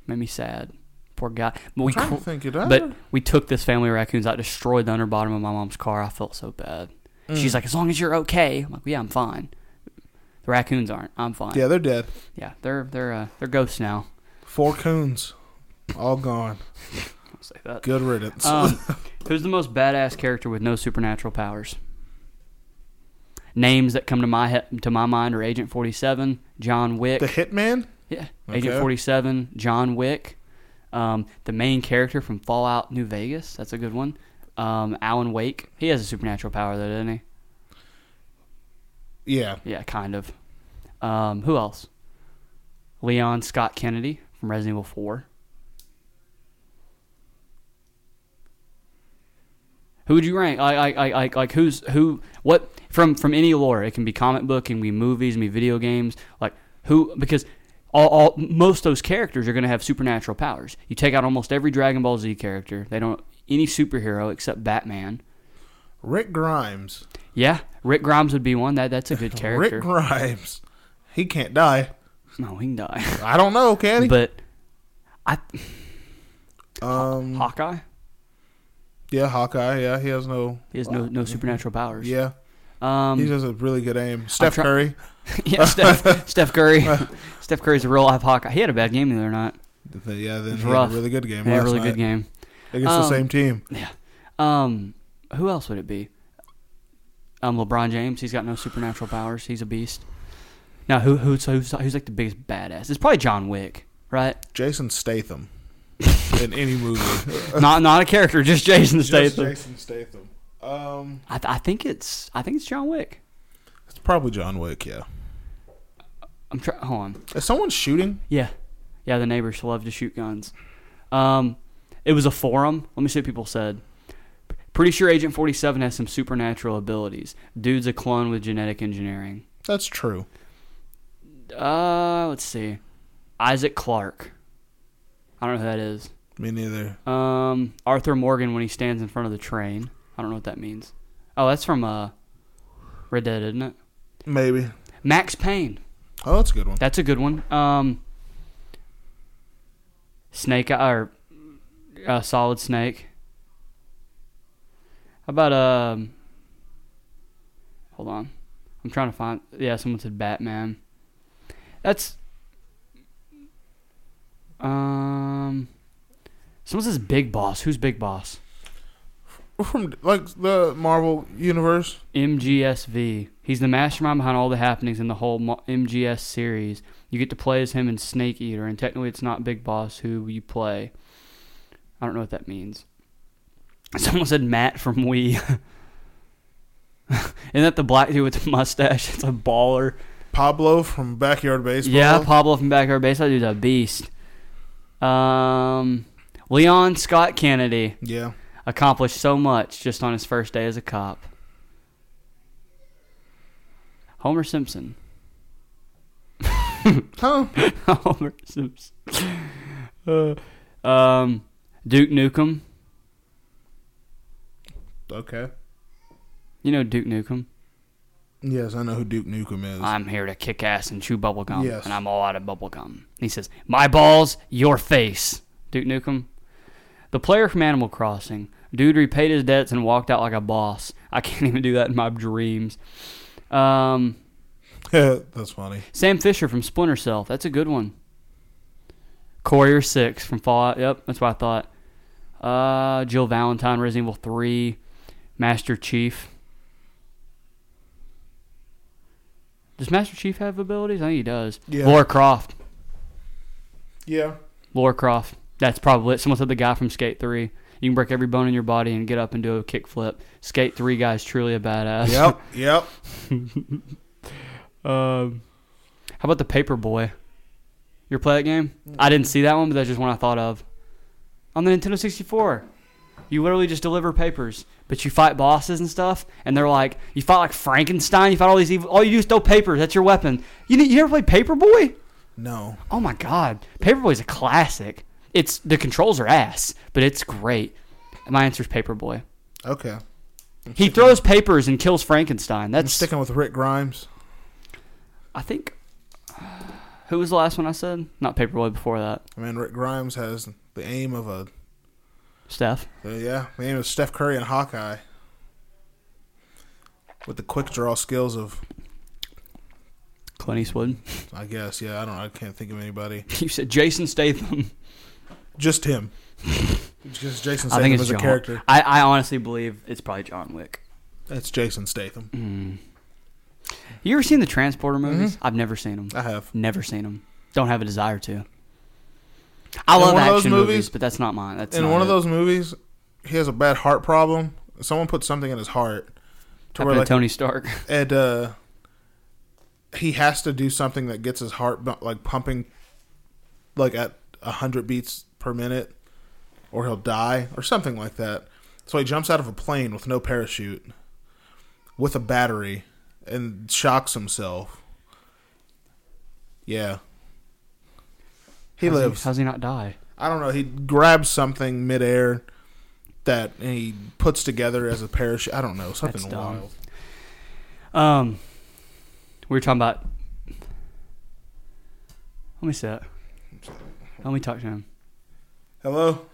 Speaker 1: made me sad poor guy but we
Speaker 2: trying to
Speaker 1: cl-
Speaker 2: think it
Speaker 1: But
Speaker 2: over.
Speaker 1: we took this family of raccoons out, destroyed the underbottom of my mom's car. I felt so bad.
Speaker 2: Mm.
Speaker 1: She's like, as long as you're okay. I'm like, yeah, I'm fine. The raccoons aren't. I'm fine.
Speaker 2: Yeah, they're dead.
Speaker 1: Yeah, they're they're uh, they're ghosts now.
Speaker 2: Four coons, all gone.
Speaker 1: I'll say that.
Speaker 2: Good riddance.
Speaker 1: Um, who's the most badass character with no supernatural powers? Names that come to my he- to my mind are Agent Forty Seven, John Wick.
Speaker 2: the hitman.
Speaker 1: yeah, Agent
Speaker 2: Okay.
Speaker 1: Forty Seven, John Wick. Um, the main character from Fallout New Vegas. That's a good one. Um, Alan Wake. He has a supernatural power though, doesn't he?
Speaker 2: Yeah,
Speaker 1: Yeah, kind of. Um, who else? Leon Scott Kennedy from Resident Evil 4. Who would you rank? Like, like, like, like who's who? What from from any lore? It can be comic book, it can be movies, it can be video games. Like who? Because all, all most of those characters are going to have supernatural powers. You take out almost every Dragon Ball Z character. They don't any superhero except Batman.
Speaker 2: Rick Grimes.
Speaker 1: Yeah, Rick Grimes would be one. That that's a good character.
Speaker 2: Rick Grimes. He can't die.
Speaker 1: no, he can die.
Speaker 2: I don't know, can he?
Speaker 1: but I
Speaker 2: um,
Speaker 1: Hawkeye.
Speaker 2: yeah, Hawkeye. Yeah, he has no.
Speaker 1: He has no no supernatural powers.
Speaker 2: Yeah,
Speaker 1: Um.
Speaker 2: he has a really good aim. Steph
Speaker 1: try-
Speaker 2: Curry.
Speaker 1: yeah. Steph, Steph Curry. Steph Curry's a real life Hawkeye. He had a bad game the other night.
Speaker 2: The- yeah, then
Speaker 1: It was
Speaker 2: he had
Speaker 1: rough.
Speaker 2: a really good game.
Speaker 1: He had a
Speaker 2: last
Speaker 1: really
Speaker 2: night
Speaker 1: good game.
Speaker 2: against the
Speaker 1: Um,
Speaker 2: same team.
Speaker 1: Um. Who else would it be? Um. LeBron James. He's got no supernatural powers. He's a beast. Now who who's who's, who's like the biggest badass? It's probably John Wick, right?
Speaker 2: Jason Statham in any movie.
Speaker 1: not not a character, just Jason Statham.
Speaker 2: Jason Statham. Um,
Speaker 1: I, th- I think it's I think it's John Wick.
Speaker 2: it's probably John Wick. Yeah.
Speaker 1: I'm trying. Hold on.
Speaker 2: Is someone shooting?
Speaker 1: Yeah. Yeah, the neighbors love to shoot guns. Um, it was a forum. Let me see what people said. Pretty sure Agent 47 has some supernatural abilities. Dude's a clone with genetic engineering.
Speaker 2: That's true.
Speaker 1: Uh, let's see. Isaac Clarke. I don't know who that is.
Speaker 2: Me neither.
Speaker 1: Um, Arthur Morgan when he stands in front of the train. I don't know what that means. Oh, that's from uh, Red Dead, isn't it?
Speaker 2: Maybe.
Speaker 1: Max Payne.
Speaker 2: Oh, that's a good one.
Speaker 1: That's a good one. Um, snake Eye- or uh, solid snake. How about um? Hold on, I'm trying to find. Yeah, someone said Batman. That's um. Someone says Big Boss. Who's Big Boss?
Speaker 2: From like the Marvel universe.
Speaker 1: MGSV. He's the mastermind behind all the happenings in the whole Mo- MGS series. You get to play as him in Snake Eater, and technically it's not Big Boss who you play. I don't know what that means. Someone said Matt from Wii. Isn't that the black dude with the mustache? It's a baller.
Speaker 2: Pablo from Backyard Baseball.
Speaker 1: Yeah, Pablo from Backyard Base. That dude's a beast. Um, Leon Scott Kennedy
Speaker 2: yeah.
Speaker 1: accomplished so much just on his first day as a cop. Homer Simpson.
Speaker 2: Huh?
Speaker 1: Homer Simpson. Uh, um, Duke Nukem.
Speaker 2: Okay.
Speaker 1: You know Duke Nukem.
Speaker 2: Yes, I know who Duke Nukem is.
Speaker 1: I'm here to kick ass and chew bubblegum,
Speaker 2: Yes.
Speaker 1: and I'm all out of bubblegum. He says, My balls, your face. Duke Nukem. The player from Animal Crossing. Dude repaid his debts and walked out like a boss. I can't even do that in my dreams. Um,
Speaker 2: that's funny.
Speaker 1: Sam Fisher from Splinter Cell. That's a good one. Courier Six from Fallout. Yep, that's what I thought. Uh, Jill Valentine, Resident Evil Three, Master Chief. Does Master Chief have abilities? I think he does.
Speaker 2: Yeah.
Speaker 1: Laura Croft.
Speaker 2: Yeah.
Speaker 1: Laura Croft. That's probably it. Someone said the guy from Skate Three. You can break every bone in your body and get up and do a kickflip. Skate three guys truly a badass.
Speaker 2: Yep, yep.
Speaker 1: Um, how about the paper boy? You ever play that game? I didn't see that one, but that's just one I thought of. On the Nintendo 64, you literally just deliver papers, but you fight bosses and stuff, and they're like, you fight like Frankenstein, you fight all these evil, all you do is throw papers, that's your weapon. You, ne- you never played Paperboy?
Speaker 2: No,
Speaker 1: Oh my god, Paperboy's a classic. It's the controls are ass, but it's great. My answer's Paperboy.
Speaker 2: okay.
Speaker 1: He throws papers and kills Frankenstein.
Speaker 2: I'm
Speaker 1: That's
Speaker 2: sticking with Rick Grimes.
Speaker 1: I think. Who was the last one I said? Not Paperboy before that.
Speaker 2: I mean, Rick Grimes has the aim of a
Speaker 1: Steph.
Speaker 2: uh, yeah, the aim of Steph Curry and Hawkeye, with the quick draw skills of
Speaker 1: Clint Eastwood.
Speaker 2: I guess yeah. I don't. I can't think of anybody.
Speaker 1: you said Jason Statham.
Speaker 2: Just him. Just Jason
Speaker 1: I
Speaker 2: Statham
Speaker 1: think it's
Speaker 2: as a
Speaker 1: John.
Speaker 2: character.
Speaker 1: I, I honestly believe it's probably John Wick.
Speaker 2: That's Jason Statham.
Speaker 1: Mm-hmm. You ever seen the Transporter movies? I've never seen them.
Speaker 2: Mm-hmm. I have.
Speaker 1: Never seen them. Don't have a desire to. I
Speaker 2: In
Speaker 1: love
Speaker 2: one of
Speaker 1: action
Speaker 2: those
Speaker 1: movies,
Speaker 2: movies-
Speaker 1: but that's not mine. That's
Speaker 2: in
Speaker 1: not
Speaker 2: one of
Speaker 1: it.
Speaker 2: those movies, he has a bad heart problem. Someone put something in his heart to
Speaker 1: Happened
Speaker 2: where
Speaker 1: to
Speaker 2: like
Speaker 1: Tony Stark.
Speaker 2: and uh, he has to do something that gets his heart bu- like pumping like at hundred beats per minute, or he'll die or something like that. So he jumps out of a plane with no parachute, with a battery, and shocks himself. Yeah. He
Speaker 1: How's
Speaker 2: lives.
Speaker 1: how's he not die?
Speaker 2: I don't know. He grabs something midair that he puts together as a parachute. I don't know something
Speaker 1: That's dumb.
Speaker 2: wild.
Speaker 1: Um, we were talking about. Let me sit. Let me talk to him.
Speaker 2: Hello.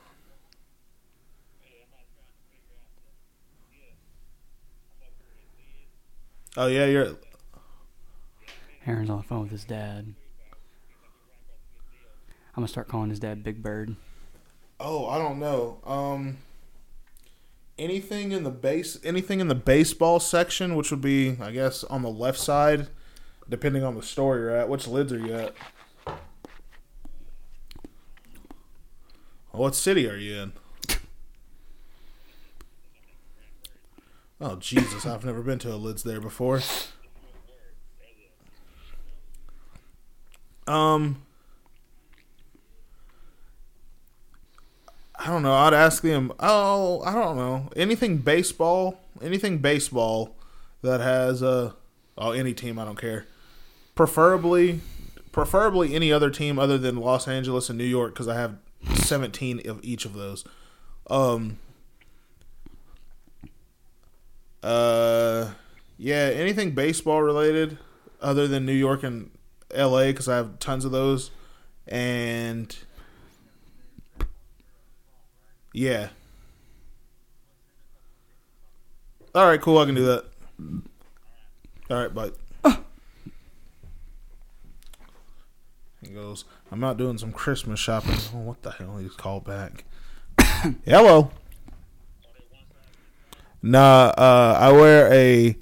Speaker 2: Oh yeah, you're.
Speaker 1: Aaron's on the phone with his dad. I'm gonna start calling his dad Big Bird.
Speaker 2: Oh, I don't know. Um, anything in the base, anything in the baseball section, which would be, I guess, on the left side, depending on the store you're at. Which lids are you at? What city are you in? Oh Jesus, I've never been to a lids there before. Um. I don't know. I'd ask them. Oh, I don't know. Anything baseball, anything baseball that has uh oh any team. I don't care. Preferably, preferably any other team other than Los Angeles and New York because I have seventeen of each of those. Um. Uh, yeah. Anything baseball related other than New York and L.A. because I have tons of those and. Yeah. All right, cool. I can do that. All right, bye. He goes, I'm out doing some Christmas shopping. Oh, what the hell? He's called back. Hello. Nah, uh, I wear a.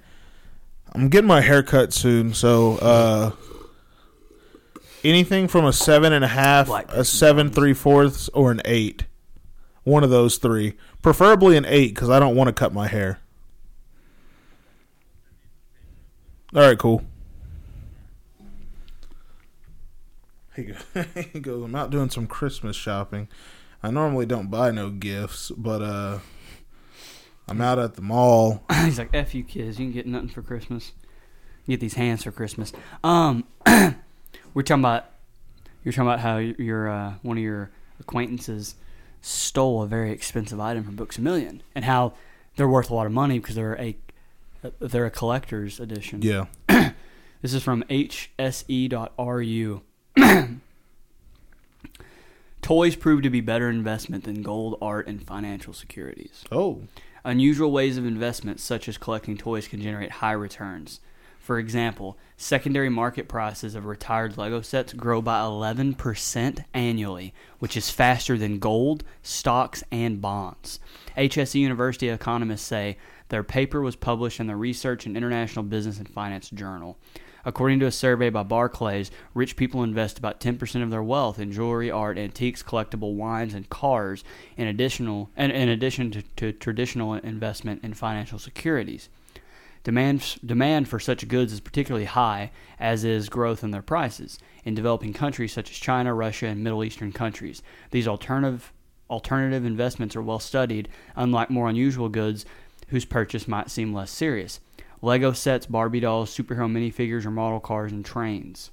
Speaker 2: I'm getting my hair cut soon, so uh, anything from a seven and a half,
Speaker 1: Black
Speaker 2: a seven three fourths, or an eight. One of those three, preferably an eight, because I don't want to cut my hair. All right, cool. He go- he goes, I'm out doing some Christmas shopping. I normally don't buy no gifts, but uh, I'm out at the mall.
Speaker 1: He's like, "F you kids, you can get nothing for Christmas. You get these hands for Christmas." Um, we're talking about you're talking about how your uh, one of your acquaintances stole a very expensive item from Books a Million, and how they're worth a lot of money because they're a uh, they're a collector's edition.
Speaker 2: Yeah.
Speaker 1: This is from E hse.ru. Toys prove to be better investment than gold, art, and financial securities.
Speaker 2: Oh.
Speaker 1: Unusual ways of investment, such as collecting toys, can generate high returns. For example, secondary market prices of retired Lego sets grow by 11% annually, which is faster than gold, stocks, and bonds. HSE University economists say their paper was published in the Research and International Business and Finance Journal. According to a survey by Barclays, rich people invest about 10% of their wealth in jewelry, art, antiques, collectible wines, and cars, in, additional, and, in addition to, to traditional investment in financial securities. Demand, demand for such goods is particularly high, as is growth in their prices, in developing countries such as China, Russia, and Middle Eastern countries. These alternative, alternative investments are well studied, unlike more unusual goods whose purchase might seem less serious. Lego sets, Barbie dolls, superhero minifigures, or model cars and trains.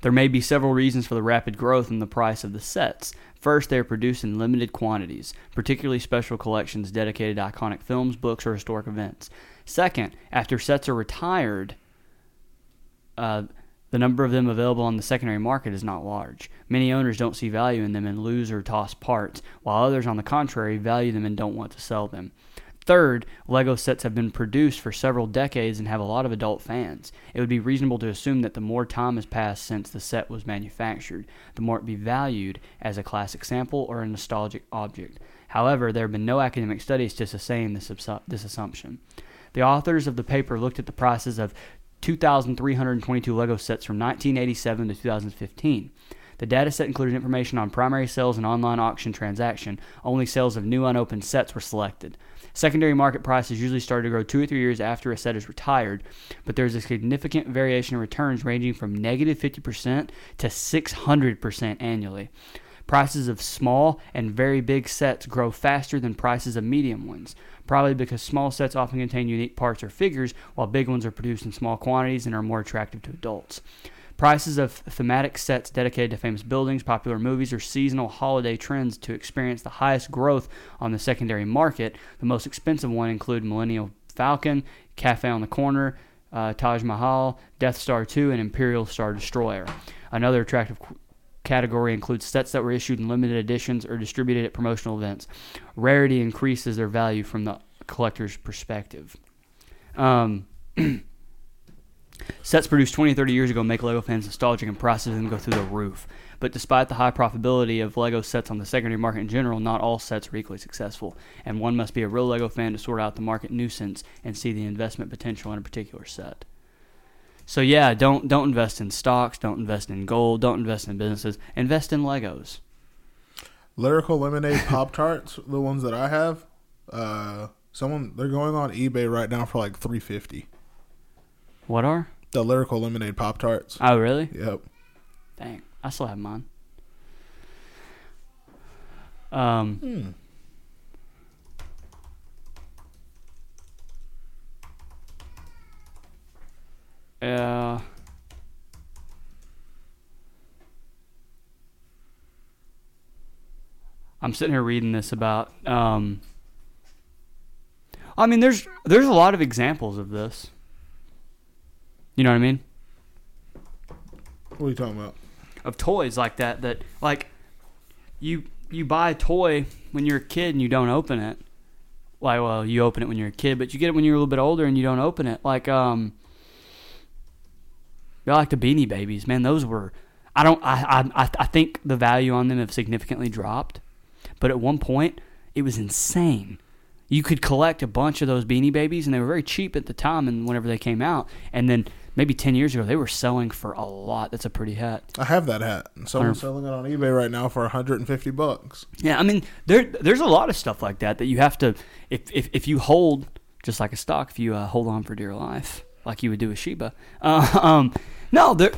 Speaker 1: There may be several reasons for the rapid growth in the price of the sets. First, they are produced in limited quantities, particularly special collections dedicated to iconic films, books, or historic events. Second, after sets are retired, uh, the number of them available on the secondary market is not large. Many owners don't see value in them and lose or toss parts, while others, on the contrary, value them and don't want to sell them. Third, Lego sets have been produced for several decades and have a lot of adult fans. It would be reasonable to assume that the more time has passed since the set was manufactured, the more it be valued as a classic sample or a nostalgic object. However, there have been no academic studies to sustain this, absu- this assumption. The authors of the paper looked at the prices of 2,322 Lego sets from 1987 to 2015. The data set included information on primary sales and online auction transaction. Only sales of new unopened sets were selected. Secondary market prices usually start to grow two or three years after a set is retired, but there is a significant variation in returns ranging from negative 50% to 600% annually. Prices of small and very big sets grow faster than prices of medium ones, probably because small sets often contain unique parts or figures, while big ones are produced in small quantities and are more attractive to adults. Prices of thematic sets dedicated to famous buildings, popular movies, or seasonal holiday trends to experience the highest growth on the secondary market. The most expensive one include Millennial Falcon, Cafe on the Corner, uh, Taj Mahal, Death Star 2, and Imperial Star Destroyer. Another attractive qu- category includes sets that were issued in limited editions or distributed at promotional events. Rarity increases their value from the collector's perspective. Um, Sets produced 20 30 years ago make Lego fans nostalgic and prices of them go through the roof. But despite the high profitability of Lego sets on the secondary market in general, not all sets are equally successful, and one must be a real Lego fan to sort out the market nuisance and see the investment potential in a particular set. So yeah, don't don't invest in stocks, don't invest in gold, don't invest in businesses, invest in Legos.
Speaker 2: Lyrical lemonade pop tarts, the ones that I have. Uh, someone they're going on eBay right now for like three fifty.
Speaker 1: What are?
Speaker 2: The lyrical lemonade pop tarts.
Speaker 1: Oh really?
Speaker 2: Yep.
Speaker 1: Dang, I still have mine. Um, Yeah. I'm sitting here reading this about. Um, I mean, there's there's a lot of examples of this. You know what I mean?
Speaker 2: What are you talking about?
Speaker 1: of toys like that that like you you buy a toy when you're a kid and you don't open it like well you open it when you're a kid but you get it when you're a little bit older and you don't open it like um I like the beanie babies man those were i don't I, I i i think the value on them have significantly dropped but at one point it was insane you could collect a bunch of those beanie babies and they were very cheap at the time and whenever they came out and then maybe 10 years ago they were selling for a lot that's a pretty hat
Speaker 2: I have that hat. and Someone's
Speaker 1: Hundred-
Speaker 2: selling it on eBay right now for hundred and fifty bucks.
Speaker 1: Yeah, I mean there there's a lot of stuff like that that you have to if if, if you hold just like a stock, if you uh, hold on for dear life, like you would do a Sheba. Uh, um, no, there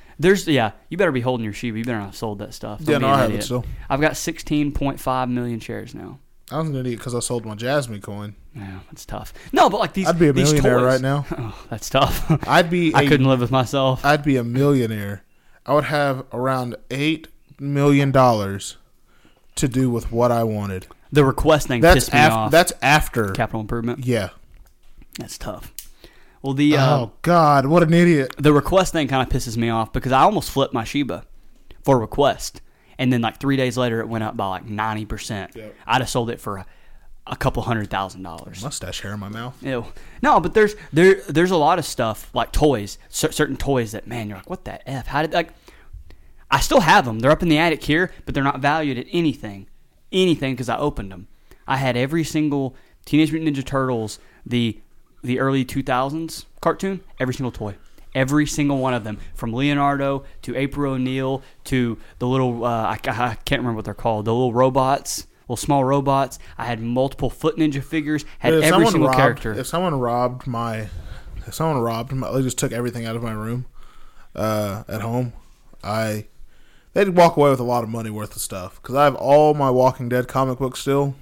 Speaker 1: there's yeah, you better be holding your Sheba. You better not have sold that stuff. Don't
Speaker 2: Yeah,
Speaker 1: be
Speaker 2: no,
Speaker 1: an
Speaker 2: I have it
Speaker 1: idiot.
Speaker 2: still.
Speaker 1: I've got 16.5 million shares now.
Speaker 2: I was an idiot because I sold my Jasmine coin.
Speaker 1: Yeah, it's tough. No, but like these
Speaker 2: I'd be a
Speaker 1: these
Speaker 2: millionaire
Speaker 1: toys-
Speaker 2: right now.
Speaker 1: Oh, that's tough.
Speaker 2: I'd be
Speaker 1: I
Speaker 2: a-
Speaker 1: couldn't live with myself.
Speaker 2: I'd be a millionaire. I would have around eight million dollars to do with what I wanted.
Speaker 1: The request thing
Speaker 2: That's
Speaker 1: pissed me
Speaker 2: after.
Speaker 1: off.
Speaker 2: That's after.
Speaker 1: Capital improvement.
Speaker 2: Yeah.
Speaker 1: That's tough. Well, the uh,
Speaker 2: Oh God, what an idiot!
Speaker 1: the request thing kind of pisses me off because I almost flipped my Shiba for request, and then like three days later it went up by like ninety percent.
Speaker 2: Yep.
Speaker 1: I'd have sold it for a, a couple hundred thousand dollars.
Speaker 2: Mustache hair in my mouth.
Speaker 1: Ew. No, but there's there there's a lot of stuff like toys, cer- certain toys that man, you're like, what the f? How did like? I still have them. They're up in the attic here, but they're not valued at anything, anything because I opened them. I had every single Teenage Mutant Ninja Turtles, the the early 2000s cartoon, every single toy. Every single one of them, from Leonardo to April O'Neil to the little, uh, I, I can't remember what they're called, the little robots, little small robots. I had multiple Foot Ninja figures, had
Speaker 2: If
Speaker 1: every
Speaker 2: someone
Speaker 1: single
Speaker 2: robbed,
Speaker 1: character.
Speaker 2: If someone robbed my, if someone robbed my, they just took everything out of my room, uh, at home, I, they'd walk away with a lot of money worth of stuff because I have all my Walking Dead comic books still,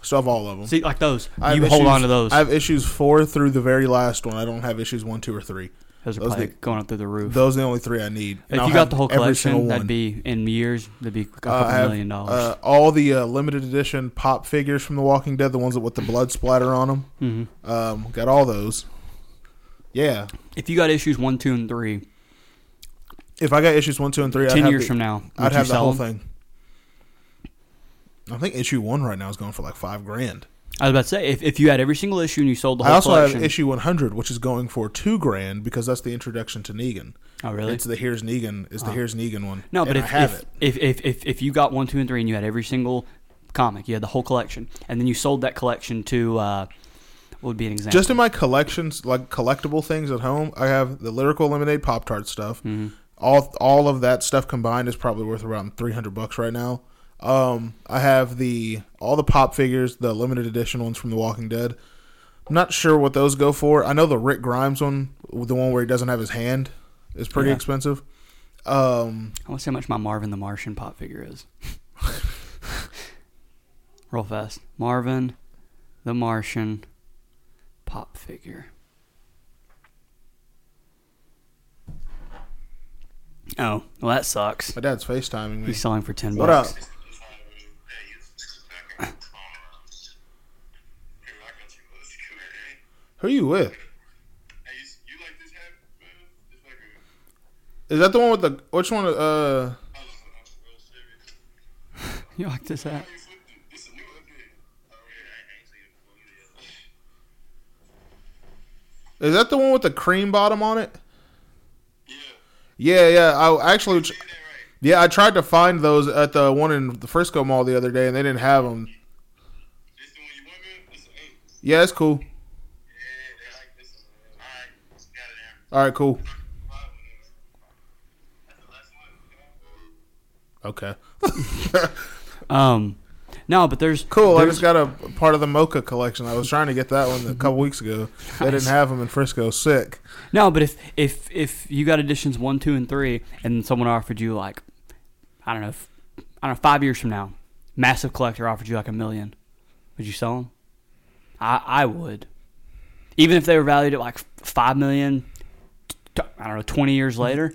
Speaker 2: still have all of them.
Speaker 1: See, like those.
Speaker 2: I have
Speaker 1: you hold
Speaker 2: issues-
Speaker 1: on to those.
Speaker 2: I have issues four through the very last one. I don't have issues one, two, or three.
Speaker 1: those are
Speaker 2: those
Speaker 1: probably
Speaker 2: that-
Speaker 1: going up through the roof.
Speaker 2: Those are the only three I need. and
Speaker 1: if
Speaker 2: I'll
Speaker 1: you got
Speaker 2: have
Speaker 1: the whole
Speaker 2: every single
Speaker 1: collection,
Speaker 2: one.
Speaker 1: that'd be in years, that'd be a couple
Speaker 2: Uh, I have,
Speaker 1: million dollars.
Speaker 2: Uh, all the uh, limited edition pop figures from The Walking Dead, the ones with the blood splatter on them. Mm-hmm. Um, got all those. Yeah.
Speaker 1: if you got issues one, two, and three,
Speaker 2: If I got issues one, two, and three, I'd
Speaker 1: ten
Speaker 2: have
Speaker 1: years
Speaker 2: the-
Speaker 1: from now, would
Speaker 2: I'd
Speaker 1: you
Speaker 2: have the
Speaker 1: sell
Speaker 2: whole
Speaker 1: them?
Speaker 2: thing. I think issue one right now is going for like five grand.
Speaker 1: I was about to say if, if you had every single issue and you sold the whole
Speaker 2: I also
Speaker 1: collection,
Speaker 2: have issue 100, which is going for two grand because that's the introduction to Negan.
Speaker 1: Oh, really? Uh-huh.
Speaker 2: It's the Here's Negan. It's the Here's Negan one.
Speaker 1: no, but if,
Speaker 2: And I have
Speaker 1: if,
Speaker 2: it.
Speaker 1: If, if if if you got one, two, and three, and you had every single comic, you had the whole collection, and then you sold that collection to uh, what would be an example?
Speaker 2: Just in my collections, like collectible things at home, I have the Lyrical Lemonade Pop Tart stuff.
Speaker 1: Mm-hmm.
Speaker 2: All all of that stuff combined is probably worth around 300 bucks right now. Um, I have the all the pop figures, the limited edition ones from The Walking Dead. I'm not sure what those go for. I know the Rick Grimes one, the one where he doesn't have his hand, is pretty
Speaker 1: Yeah.
Speaker 2: expensive. Um,
Speaker 1: I want to see how much my Marvin the Martian pop figure is. Real fast, Marvin the Martian pop figure. Oh, well, that sucks.
Speaker 2: my dad's FaceTiming me.
Speaker 1: He's selling for ten
Speaker 2: What
Speaker 1: bucks.
Speaker 2: up? Who are you with? Is that the one with the which one? Uh,
Speaker 1: You like this hat?
Speaker 2: is that the one with the cream bottom on it? Yeah, yeah. I actually, yeah, I tried to find those at the one in the Frisco Mall the other day, and they didn't have them. Yeah, it's cool. All right, cool. Okay,
Speaker 1: Um, no, but there's
Speaker 2: cool. I
Speaker 1: There's,
Speaker 2: just got a part of the mocha collection. I was trying to get that one a couple weeks ago. They didn't have them in Frisco. Sick.
Speaker 1: no, but if if if you got editions one, two, and three, and someone offered you like, I don't know, f- I don't know, five years from now, massive collector offered you like a million, would you sell them? I I would, even if they were valued at like five million. t- I don't know. Twenty years later,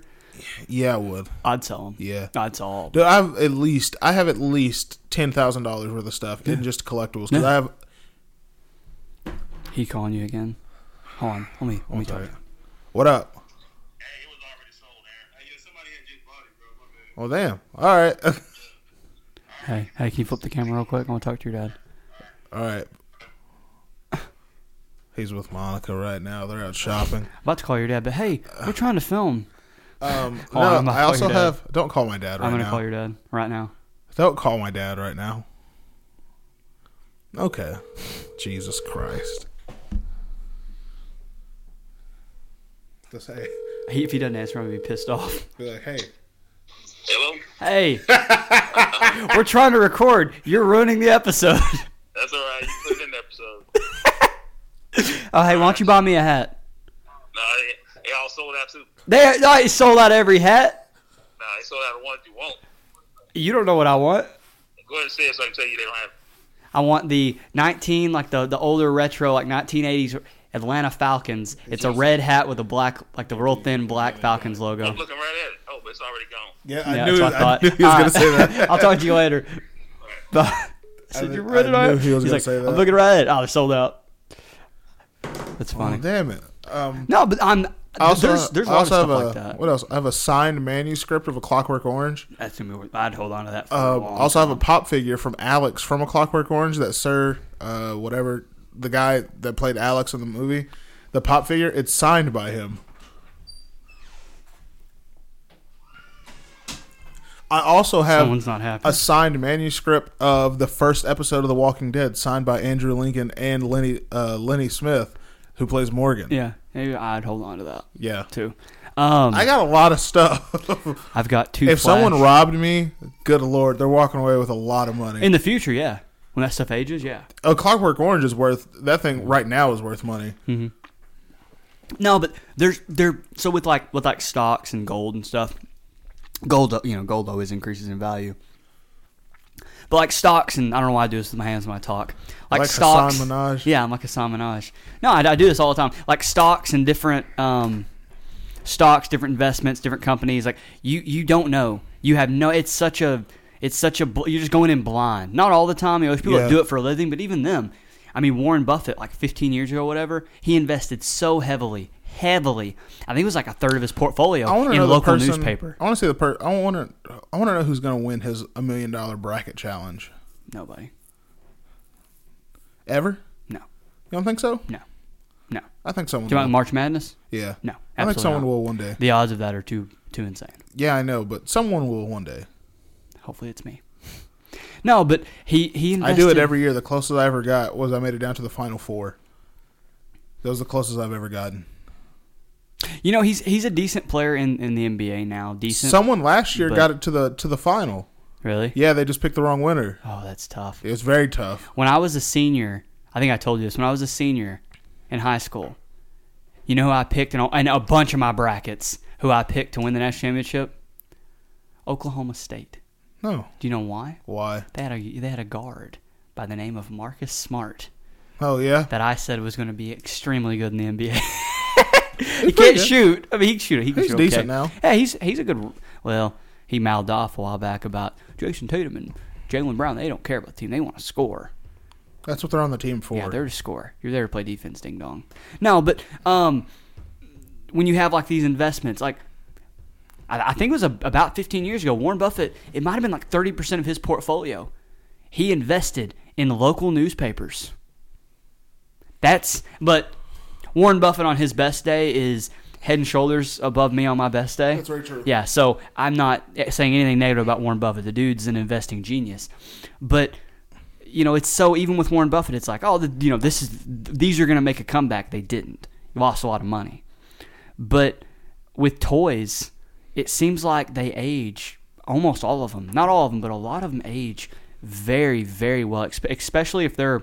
Speaker 2: Yeah, I would.
Speaker 1: I'd sell them.
Speaker 2: Yeah.
Speaker 1: I'd sell. 'em.
Speaker 2: Dude, I have at least I have at least ten thousand dollars worth of stuff in just collectibles because
Speaker 1: Yeah.
Speaker 2: I have.
Speaker 1: He calling you again? Hold on. Let me let me talk.
Speaker 2: Sorry. What up? Well, Oh, damn. All right,
Speaker 1: Hey hey, can you flip the camera real quick? I want to talk to your dad.
Speaker 2: all right. He's with Monica right now. They're out shopping.
Speaker 1: about to call your dad, but hey, we're trying to film. Oh,
Speaker 2: Um,
Speaker 1: I'm
Speaker 2: no,
Speaker 1: gonna
Speaker 2: I
Speaker 1: call
Speaker 2: also
Speaker 1: your dad.
Speaker 2: have. Don't call my dad right
Speaker 1: I'm gonna
Speaker 2: now.
Speaker 1: call your dad right now.
Speaker 2: Don't call my dad right now. Okay. Jesus Christ. Just hey,
Speaker 1: He, if he doesn't answer, I'm gonna be pissed off.
Speaker 2: be like, hey.
Speaker 5: Hello?
Speaker 1: Hey, we're trying to record. You're ruining the episode.
Speaker 5: That's all right. You put it in the episode.
Speaker 1: Oh, hey, why don't you buy me a hat?
Speaker 5: Nah, it, it all sold out too.
Speaker 1: They I sold out every hat.
Speaker 5: Nah, it sold out the ones you want.
Speaker 1: You don't know what I want.
Speaker 5: Go ahead and say it so I can tell you they don't have.
Speaker 1: I want the 19, like the the older retro, like 1980s Atlanta Falcons. It's a red hat with a black, like the real thin black Falcons logo.
Speaker 5: I'm looking right at it. Oh, but it's already gone.
Speaker 2: Yeah,
Speaker 1: Yeah,
Speaker 2: I, knew,
Speaker 1: that's what I
Speaker 2: I,
Speaker 1: thought.
Speaker 2: knew he was
Speaker 1: All
Speaker 2: going to
Speaker 1: right.
Speaker 2: say that.
Speaker 1: I'll talk to you later. But I said,
Speaker 2: I-
Speaker 1: you're running
Speaker 2: I
Speaker 1: out.
Speaker 2: knew he was
Speaker 1: He's
Speaker 2: gonna
Speaker 1: like,
Speaker 2: say that.
Speaker 1: I'm looking right at it. Oh, they're sold out. That's funny.
Speaker 2: Oh, damn it. Um,
Speaker 1: no, but I'm.
Speaker 2: I also,
Speaker 1: there's there's a
Speaker 2: I
Speaker 1: lot of
Speaker 2: also
Speaker 1: stuff
Speaker 2: have
Speaker 1: like
Speaker 2: a,
Speaker 1: that.
Speaker 2: What else? I have a signed manuscript of A Clockwork Orange.
Speaker 1: That's gonna be worth. I'd hold on to that. For a
Speaker 2: Uh,
Speaker 1: long
Speaker 2: also, have
Speaker 1: time.
Speaker 2: a pop figure from Alex from A Clockwork Orange that Sir, uh, whatever, the guy that played Alex in the movie, the pop figure, it's signed by him. I also have
Speaker 1: Someone's not happy.
Speaker 2: a signed manuscript of the first episode of The Walking Dead, signed by Andrew Lincoln and Lenny uh, Lenny Smith. who plays Morgan.
Speaker 1: Yeah, maybe I'd hold on to that
Speaker 2: Yeah.
Speaker 1: too. Um,
Speaker 2: I got a lot of stuff.
Speaker 1: I've got two.
Speaker 2: if
Speaker 1: Flash.
Speaker 2: someone robbed me, good lord, they're walking away with a lot of money.
Speaker 1: in the future, yeah, when that stuff ages, yeah.
Speaker 2: a Clockwork Orange is worth that thing right now is worth money.
Speaker 1: Hmm. No, but there's there. So with like with like stocks and gold and stuff, gold you know gold always increases in value. But like stocks and I don't know why I do this with my hands when I talk. Like,
Speaker 2: Like Hassan
Speaker 1: stocks,
Speaker 2: Minaj?
Speaker 1: yeah, I'm like Hassan Minaj. No, I, I do this all the time. Like stocks and different um, stocks, different investments, different companies. Like you you don't know. You have no. It's such a it's such a bl- you're just going in blind. Not all the time. You know, there's people
Speaker 2: Yeah.
Speaker 1: that do it for a living, but even them. I mean, Warren Buffett, like 15 years ago, or whatever, he invested so heavily, heavily. I think it was like a third of his portfolio
Speaker 2: I want to
Speaker 1: in
Speaker 2: know
Speaker 1: local
Speaker 2: the person,
Speaker 1: newspaper.
Speaker 2: I want to see the per. I want to. I want to know who's going to win his a million dollar bracket challenge.
Speaker 1: Nobody.
Speaker 2: Ever?
Speaker 1: No.
Speaker 2: You don't think so?
Speaker 1: No. No.
Speaker 2: I think someone.
Speaker 1: Do you
Speaker 2: will.
Speaker 1: want March Madness?
Speaker 2: yeah.
Speaker 1: No,
Speaker 2: I think
Speaker 1: absolutely
Speaker 2: someone
Speaker 1: not.
Speaker 2: will one day.
Speaker 1: The odds of that are too too insane.
Speaker 2: Yeah, I know, but someone will one day.
Speaker 1: Hopefully, it's me. No, but he he.
Speaker 2: I
Speaker 1: Invested,
Speaker 2: do it every year. The closest I ever got was I made it down to the final four. That was the closest I've ever gotten.
Speaker 1: You know, he's he's a decent player in, in the NBA now. Decent.
Speaker 2: Someone last year
Speaker 1: but-
Speaker 2: got it to the to the final.
Speaker 1: really?
Speaker 2: Yeah, they just picked the wrong winner.
Speaker 1: Oh, that's tough.
Speaker 2: It was very tough.
Speaker 1: When I was a senior, I think I told you this. When I was a senior in high school, you know who I picked in a, in a bunch of my brackets? Who I picked to win the national championship? Oklahoma State.
Speaker 2: No,
Speaker 1: Do you know why?
Speaker 2: why?
Speaker 1: They had a they had a guard by the name of Marcus Smart
Speaker 2: Oh yeah,
Speaker 1: that I said was going to be extremely good in the NBA. he can't
Speaker 2: good.
Speaker 1: shoot. I mean, he can shoot. He can
Speaker 2: He's
Speaker 1: shoot okay.
Speaker 2: decent now.
Speaker 1: Yeah, he's he's a good. Well, he mouthed off a while back about Jason Tatum and Jalen Brown. They don't care about the team. They want to score.
Speaker 2: that's what they're on the team for.
Speaker 1: Yeah, they're to score. You're there to play defense, ding dong. No, but um, when you have like these investments, like I, I think it was a, about 15 years ago, Warren Buffett, it might have been like 30 percent of his portfolio, he invested in local newspapers. That's but Warren Buffett on his best day is head and shoulders above me on my best day. That's
Speaker 2: very true.
Speaker 1: Yeah, so I'm not saying anything negative about Warren Buffett. The dude's an investing genius, but you know, it's so even with Warren Buffett, it's like, oh, the, you know, this is these are going to make a comeback. They didn't. You lost a lot of money. But with toys, it seems like they age almost all of them. Not all of them, but a lot of them age very, very well, expe- especially if they're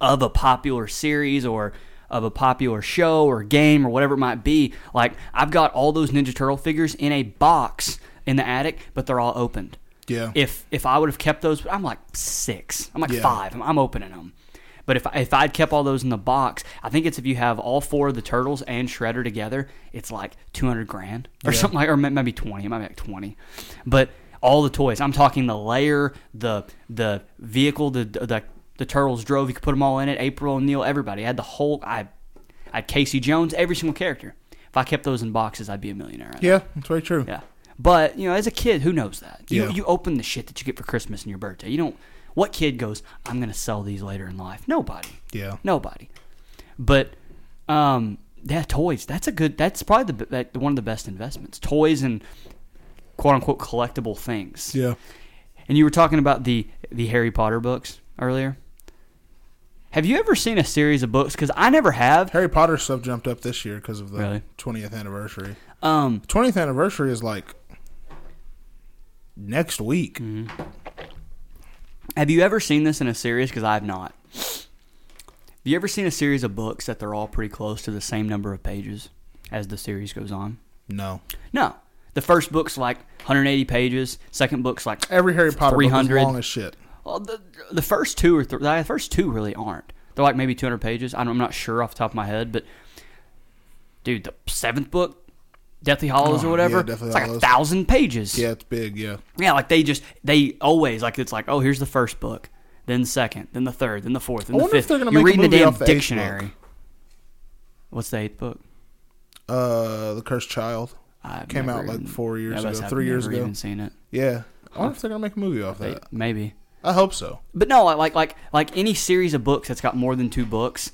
Speaker 1: of a popular series or of a popular show or game or whatever it might be. Like I've got all those Ninja Turtle figures in a box in the attic, but they're all opened.
Speaker 2: Yeah.
Speaker 1: If if I would have kept those, I'm like six. I'm like
Speaker 2: Yeah.
Speaker 1: five. I'm, I'm opening them. But if if I'd kept all those in the box, I think it's if you have all four of the turtles and Shredder together, it's like 200 grand or something like, or may- maybe 20. It might be like 20. But all the toys. I'm talking the layer, the the vehicle, the the the turtles drove. You could put them all in it. April O'Neil, everybody. I had the whole. I I had Casey Jones, every single character. If I kept those in boxes, I'd be a millionaire. right now.
Speaker 2: yeah, that's very true.
Speaker 1: Yeah. But, you know, as a kid, who knows that? You,
Speaker 2: Yeah.
Speaker 1: you open the shit that you get for Christmas and your birthday. You don't, what kid goes, I'm going to sell these later in life? Nobody.
Speaker 2: Yeah.
Speaker 1: Nobody. But, um, yeah, toys. That's a good, that's probably the, that, one of the best investments. Toys and quote unquote collectible things.
Speaker 2: Yeah.
Speaker 1: And you were talking about the, the Harry Potter books earlier. Have you ever seen a series of books? Because I never have.
Speaker 2: Harry Potter stuff jumped up this year because of the
Speaker 1: Really?
Speaker 2: twentieth anniversary.
Speaker 1: Um,
Speaker 2: Twentieth anniversary is like next week.
Speaker 1: Mm-hmm. Have you ever seen this in a series? Because I have not. Have you ever seen a series of books that they're all pretty close to the same number of pages as the series goes on?
Speaker 2: No,
Speaker 1: No. The first book's like 180 pages. Second book's like
Speaker 2: every Harry Potter book is
Speaker 1: 300.
Speaker 2: long as shit.
Speaker 1: Well, the, the first two or th- the first two really aren't. They're like maybe 200 pages. I don't, I'm not sure off the top of my head, but dude, the seventh book, Deathly Hollows
Speaker 2: Oh,
Speaker 1: or whatever,
Speaker 2: yeah, Deathly
Speaker 1: it's like
Speaker 2: Hallows.
Speaker 1: a thousand pages.
Speaker 2: Yeah, it's big. Yeah,
Speaker 1: Yeah, like they just they always like it's like oh here's the first book, then the second, then the third, then the fourth, then
Speaker 2: I
Speaker 1: the
Speaker 2: wonder if
Speaker 1: fifth.
Speaker 2: they're gonna
Speaker 1: You're
Speaker 2: make a
Speaker 1: reading
Speaker 2: movie
Speaker 1: damn
Speaker 2: off the eighth
Speaker 1: dictionary.
Speaker 2: book.
Speaker 1: What's the eighth book?
Speaker 2: uh, the Cursed Child.
Speaker 1: I've
Speaker 2: Came out,
Speaker 1: never
Speaker 2: like,
Speaker 1: even-
Speaker 2: four years
Speaker 1: I guess
Speaker 2: ago,
Speaker 1: I've
Speaker 2: three years
Speaker 1: never
Speaker 2: ago.
Speaker 1: Even seen it?
Speaker 2: Yeah, I wonder if they're gonna make a movie off
Speaker 1: They-
Speaker 2: that.
Speaker 1: maybe,
Speaker 2: I hope so.
Speaker 1: but no, like like like like any series of books that's got more than two books.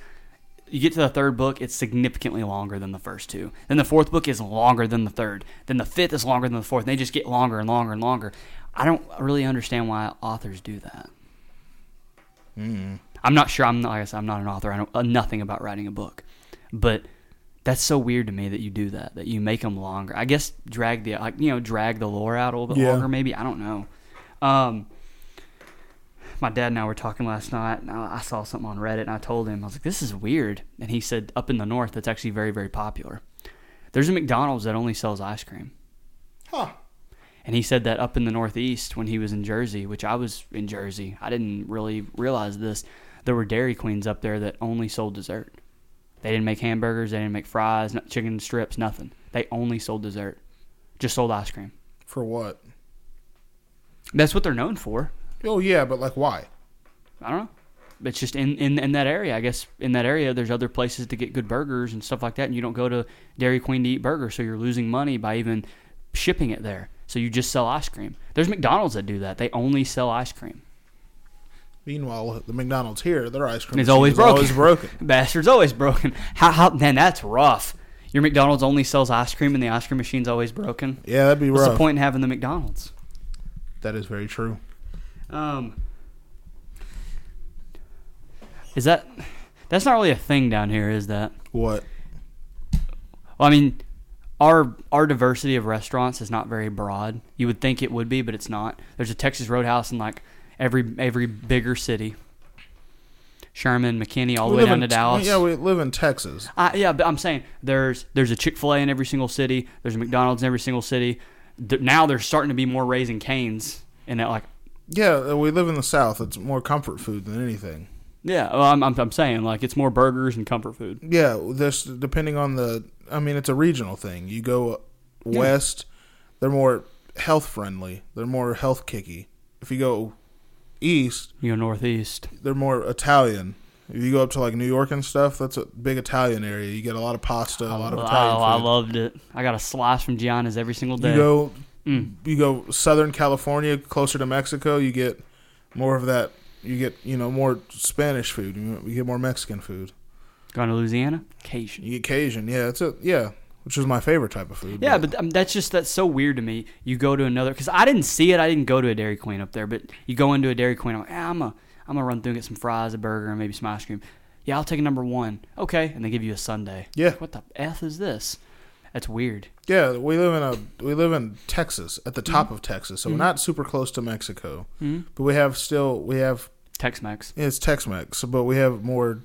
Speaker 1: You get to the third book, it's significantly longer than the first two. Then the fourth book is longer than the third. Then the fifth is longer than the fourth. And they just get longer and longer and longer. I don't really understand why authors do that. I'm not sure. I'm not, like I said, I'm not an author. I don't uh, nothing about writing a book, but that's so weird to me that you do that. That you make them longer. I guess drag the like you know drag the lore out a little bit
Speaker 2: Yeah.
Speaker 1: longer. Maybe I don't know. Um, my dad and I were talking last night, and I I saw something on Reddit, and I told him I was like, "This is weird," and he said, "Up in the north, that's actually very very popular. There's a McDonald's that only sells ice cream."
Speaker 2: Huh.
Speaker 1: And he said that up in the Northeast when he was in Jersey, which I was in Jersey, I didn't really realize this. There were Dairy Queens up there that only sold dessert. They didn't make hamburgers, they didn't make fries, not chicken strips, nothing. They only sold dessert, just sold ice cream.
Speaker 2: For what?
Speaker 1: That's what they're known for.
Speaker 2: Oh yeah, but like why?
Speaker 1: I don't know. It's just in, in, in that area. I guess in that area, there's other places to get good burgers and stuff like that, and you don't go to Dairy Queen to eat burgers, so you're losing money by even shipping it there. So you just sell ice cream. There's McDonald's that do that. They only sell ice cream.
Speaker 2: Meanwhile, the McDonald's here, their ice cream
Speaker 1: It's
Speaker 2: machine
Speaker 1: always
Speaker 2: is
Speaker 1: broken.
Speaker 2: Always broken.
Speaker 1: Bastard's always broken. How, how, man, that's rough. Your McDonald's only sells ice cream, and the ice cream machine's always broken.
Speaker 2: Yeah, that'd be
Speaker 1: What's
Speaker 2: rough.
Speaker 1: the point in having the McDonald's?
Speaker 2: That is very true.
Speaker 1: Um, is that? That's not really a thing down here, is that?
Speaker 2: What?
Speaker 1: Well, I mean, our our diversity of restaurants is not very broad. You would think it would be, but it's not. There's a Texas Roadhouse in like every every bigger city. Sherman, McKinney, all the way
Speaker 2: live
Speaker 1: down
Speaker 2: in
Speaker 1: to
Speaker 2: Te-
Speaker 1: Dallas.
Speaker 2: Yeah, we live in Texas.
Speaker 1: I, yeah, but I'm saying there's there's a Chick Fil A in every single city. There's a McDonald's in every single city. Th- now there's starting to be more raising canes and that like
Speaker 2: Yeah, uh, we live in the South. It's more comfort food than anything.
Speaker 1: yeah. Well, I'm, I'm I'm saying like it's more burgers and comfort food.
Speaker 2: Yeah, this depending on the. I mean, it's a regional thing. You go west, they're more health friendly. They're more health kicky. If you go east,
Speaker 1: You know, Northeast.
Speaker 2: they're more Italian. If you go up to like New York and stuff, that's a big Italian area. You get a lot of pasta, a lot of
Speaker 1: Oh,
Speaker 2: Italian food.
Speaker 1: I loved it. I got a slice from Gianna's every single day.
Speaker 2: You go,
Speaker 1: Mm.
Speaker 2: you go Southern California, closer to Mexico. You get more of that. You get you know more Spanish food. You you get more Mexican food.
Speaker 1: Gone to Louisiana? Cajun.
Speaker 2: You get Cajun. Yeah, it's a yeah, which is my favorite type of food.
Speaker 1: Yeah, but um, that's just that's so weird to me. You go to another because I didn't see it. I didn't go to a Dairy Queen up there, but you go into a Dairy Queen. I'm like, ah, I'm a, I'm gonna run through and get some fries, a burger, and maybe some ice cream. Yeah, I'll take a number one. Okay, and they give you a Sunday.
Speaker 2: Yeah.
Speaker 1: What the f is this? That's weird.
Speaker 2: yeah, we live in a we live in Texas
Speaker 1: Mm-hmm.
Speaker 2: at the top of Texas, so we're not super close to Mexico, but we have still we have
Speaker 1: Tex-Mex.
Speaker 2: it's Tex-Mex, so- but we have more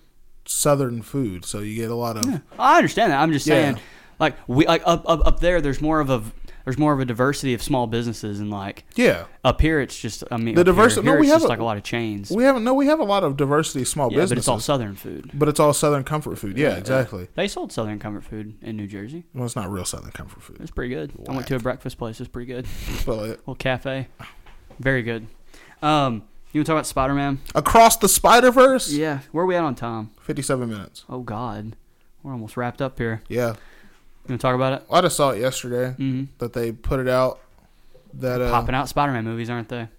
Speaker 2: Southern food. So you get a lot of
Speaker 1: I understand that. I'm just saying,
Speaker 2: Yeah.
Speaker 1: like we like up, up up there. There's more of a there's more of a diversity of small businesses and like
Speaker 2: yeah.
Speaker 1: up here it's just I mean
Speaker 2: The
Speaker 1: up here-
Speaker 2: diversi- no,
Speaker 1: here
Speaker 2: we
Speaker 1: it's
Speaker 2: have
Speaker 1: just
Speaker 2: a-
Speaker 1: like a lot of chains.
Speaker 2: We haven't no, we have a lot of diversity small
Speaker 1: yeah,
Speaker 2: businesses,
Speaker 1: but it's all southern food.
Speaker 2: but it's all Southern comfort food. Yeah, exactly.
Speaker 1: They sold Southern comfort food in New Jersey.
Speaker 2: Well, it's not real Southern comfort food,
Speaker 1: It's pretty good. I went to a breakfast place. It's pretty good.
Speaker 2: but like,
Speaker 1: Little cafe, very good. Um, you want to talk about Spider Man?
Speaker 2: across the Spider Verse,
Speaker 1: Yeah. Where are we at on time?
Speaker 2: fifty-seven minutes.
Speaker 1: Oh God, we're almost wrapped up here.
Speaker 2: Yeah,
Speaker 1: You want to talk about it?
Speaker 2: I just saw it yesterday that they put it out. That uh,
Speaker 1: Mm-hmm. Popping out Spider Man movies, aren't they?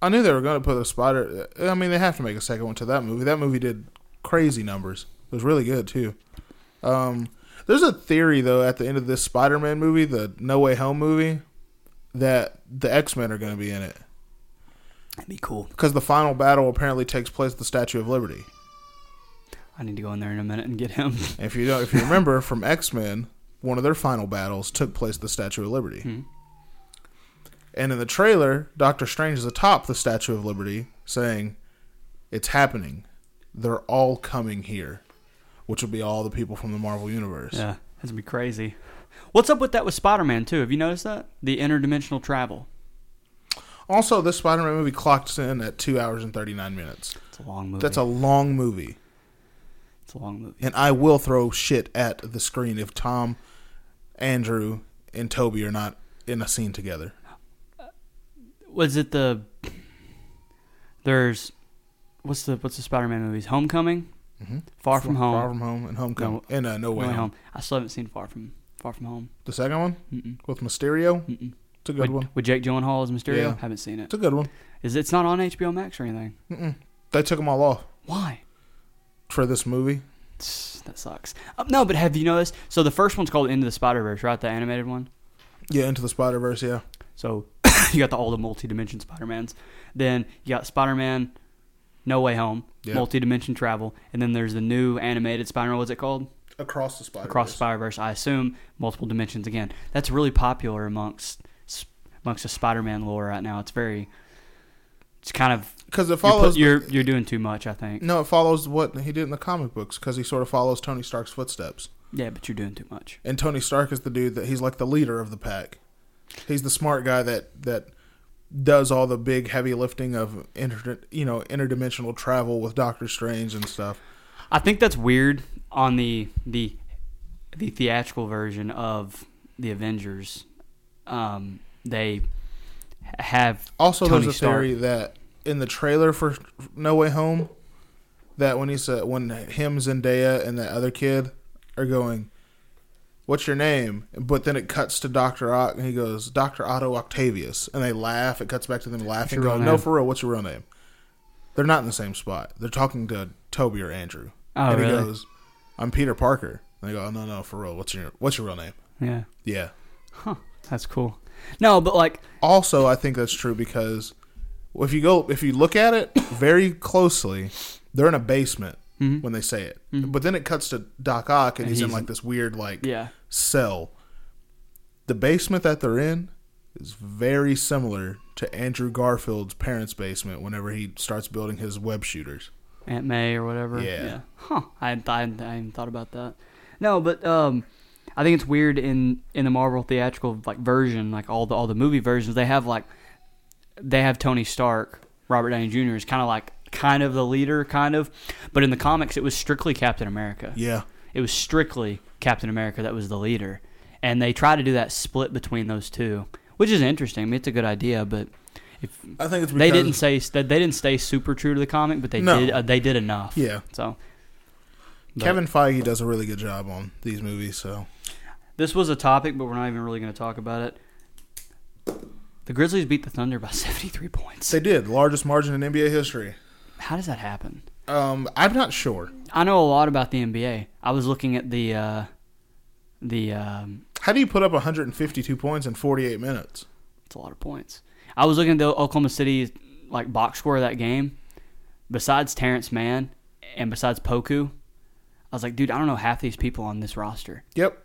Speaker 2: I knew they were going to put a spider. I mean, they have to make a second one to that movie. That movie did crazy numbers. It was really good too. Um, there's a theory though at the end of this Spider-Man movie, the No Way Home movie, that the X-Men are going to be in it
Speaker 1: That'd be cool.
Speaker 2: because the final battle apparently takes place at the Statue of Liberty.
Speaker 1: I need to go in there in a minute and get him.
Speaker 2: And if you don't, if you remember from X-Men, one of their final battles took place at the Statue of Liberty.
Speaker 1: Hmm.
Speaker 2: And in the trailer, Doctor Strange is atop the Statue of Liberty, saying, "It's happening. They're all coming here," which will be all the people from the Marvel universe.
Speaker 1: yeah, that's gonna be crazy. What's up with that with Spider Man too? Have you noticed that the interdimensional travel?
Speaker 2: Also, this Spider-Man movie clocks in at two hours and thirty-nine minutes.
Speaker 1: It's a long movie.
Speaker 2: That's a long movie,
Speaker 1: it's a long movie.
Speaker 2: and I will throw shit at the screen if Tom, Andrew, and Toby are not in a scene together.
Speaker 1: Was it the there's what's the what's the Spider Man movies? Homecoming, Mm-hmm. Far from Home,
Speaker 2: Far from home and homecoming,
Speaker 1: No.
Speaker 2: and uh, no
Speaker 1: No
Speaker 2: way
Speaker 1: Way
Speaker 2: home.
Speaker 1: Home. I still haven't seen Far from Far from Home.
Speaker 2: The second one with Mysterio. It's a
Speaker 1: With,
Speaker 2: good one.
Speaker 1: with Jake Gyllenhaal as Mysterio.
Speaker 2: Yeah.
Speaker 1: Haven't seen it.
Speaker 2: It's a good one.
Speaker 1: Is it's not on HBO Max or anything?
Speaker 2: They took them all off
Speaker 1: Why?
Speaker 2: for this movie.
Speaker 1: Tss, That sucks. Um, no, but have you noticed? So the first one's called Into the Spider Verse, right? The animated one.
Speaker 2: Yeah, Into the Spider Verse. Yeah,
Speaker 1: So you got the all the multi-dimension Spider-Mans. Then you got Spider-Man No Way Home,
Speaker 2: Yeah.
Speaker 1: multi-dimension travel, and then there's the new animated Spider-Man. What's it called?
Speaker 2: Across the spider.
Speaker 1: Across Spider-Verse. I assume multiple dimensions again. That's really popular amongst amongst the Spider-Man lore right now. It's very. It's kind of
Speaker 2: Because it
Speaker 1: you're put-
Speaker 2: follows. Mm.
Speaker 1: You're, you're doing too much, I think.
Speaker 2: no, it follows what he did in the comic books because he sort of follows Tony Stark's footsteps.
Speaker 1: Yeah, but you're doing too much.
Speaker 2: And Tony Stark is the dude that he's like the leader of the pack. He's the smart guy that that does all the big heavy lifting of inter you know interdimensional travel with Doctor Strange and stuff.
Speaker 1: I think that's weird on the the the theatrical version of the Avengers. Um, they have
Speaker 2: Also,
Speaker 1: Tony
Speaker 2: there's a
Speaker 1: Stark.
Speaker 2: theory that in the trailer for No Way Home, that when he's uh, when him Zendaya and that other kid are going, "What's your name?" But then it cuts to Doctor Ock, and he goes, "Doctor Otto Octavius," and they laugh. It cuts back to them laughing,
Speaker 1: your real
Speaker 2: going, "No,
Speaker 1: name?"
Speaker 2: for real, what's your real name?" They're not in the same spot. They're talking to Toby or Andrew,
Speaker 1: Oh,
Speaker 2: and he
Speaker 1: really?
Speaker 2: goes, "I'm Peter Parker." And they go, oh, "No, no, for real, what's your what's your real name?"
Speaker 1: Yeah,
Speaker 2: Yeah.
Speaker 1: that's cool. No, but like
Speaker 2: also I think that's true because if you go if you look at it very closely, they're in a basement when they say it. But then it cuts to Doc Ock and, he's, in
Speaker 1: Mm-hmm. he's-
Speaker 2: like this weird like
Speaker 1: Yeah.
Speaker 2: cell. The basement that they're in is very similar to Andrew Garfield's parents' basement whenever he starts building his web shooters.
Speaker 1: Aunt May or whatever.
Speaker 2: Yeah.
Speaker 1: Huh. I hadn't, I, hadn't, I hadn't thought about that. No, but um, I think it's weird in in the Marvel theatrical like version, like all the all the movie versions, they have like they have Tony Stark, Robert Downey Jr. is kind of like kind of the leader, kind of. But in the comics, it was strictly Captain America.
Speaker 2: Yeah.
Speaker 1: It was strictly Captain America that was the leader, and they try to do that split between those two, which is interesting. I mean, it's a good idea, but. If,
Speaker 2: I think it's because
Speaker 1: they didn't say they didn't stay super true to the comic, but they
Speaker 2: No.
Speaker 1: did uh, they did enough.
Speaker 2: Yeah.
Speaker 1: So
Speaker 2: Kevin Feige does a really good job on these movies, so
Speaker 1: this was a topic, but we're not even really going to talk about it. The Grizzlies beat the Thunder by seventy three points.
Speaker 2: they did. Largest margin in NBA history.
Speaker 1: How does that happen?
Speaker 2: Um, I'm not sure.
Speaker 1: I know a lot about the NBA. I was looking at the uh, the um,
Speaker 2: How do you put up 152 points in 48 minutes?
Speaker 1: It's a lot of points. I was looking at the Oklahoma City like box score of that game. Besides Terrence Mann and besides Poku, I was like, dude, I don't know half these people on this roster.
Speaker 2: Yep.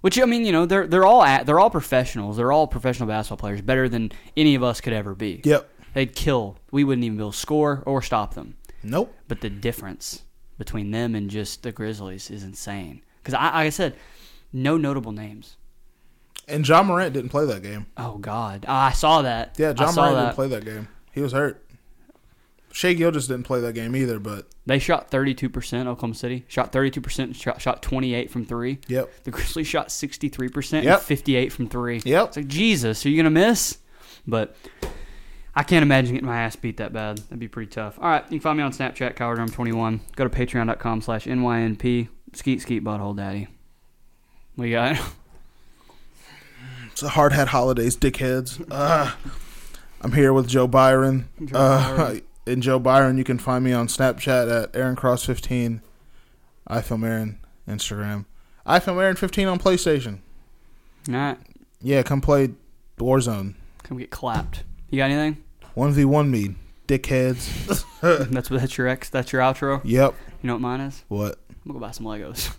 Speaker 1: Which I mean, you know, they're they're all at, they're all professionals. They're all professional basketball players, better than any of us could ever be.
Speaker 2: Yep.
Speaker 1: They'd kill. We wouldn't even be able to score or stop them.
Speaker 2: Nope.
Speaker 1: But the difference between them and just the Grizzlies is insane. Because I, like I said, no notable names.
Speaker 2: And John Morant didn't play that game.
Speaker 1: Oh God, I saw that.
Speaker 2: Yeah,
Speaker 1: I
Speaker 2: John
Speaker 1: saw
Speaker 2: Morant
Speaker 1: that.
Speaker 2: didn't play that game. He was hurt. Shea Gildas didn't play that game either, but
Speaker 1: They shot 32%, Oklahoma City. Shot 32%, shot, shot 28 from three.
Speaker 2: Yep.
Speaker 1: The Grizzlies shot 63%
Speaker 2: Yep.
Speaker 1: and 58 from three.
Speaker 2: Yep.
Speaker 1: It's like, Jesus, are you going to miss? But I can't imagine getting my ass beat that bad. That'd be pretty tough. All right, you can find me on Snapchat, CowardArm21. Go to patreon.com slash NYNP. Skeet, skeet, butthole daddy. We got
Speaker 2: it's a hard hat holidays, dickheads. Ugh. I'm here with Joe Byron. uh, And Joe Byron, you can find me on Snapchat at Aaron Cross 15, I film Aaron, Instagram, I film Aaron 15 on PlayStation.
Speaker 1: All right,
Speaker 2: Yeah, come play Warzone.
Speaker 1: come get clapped. You got anything?
Speaker 2: 1v1 me, dickheads.
Speaker 1: That's what that's your ex. That's your outro.
Speaker 2: yep.
Speaker 1: You know what mine is?
Speaker 2: What?
Speaker 1: I'm gonna go buy some Legos.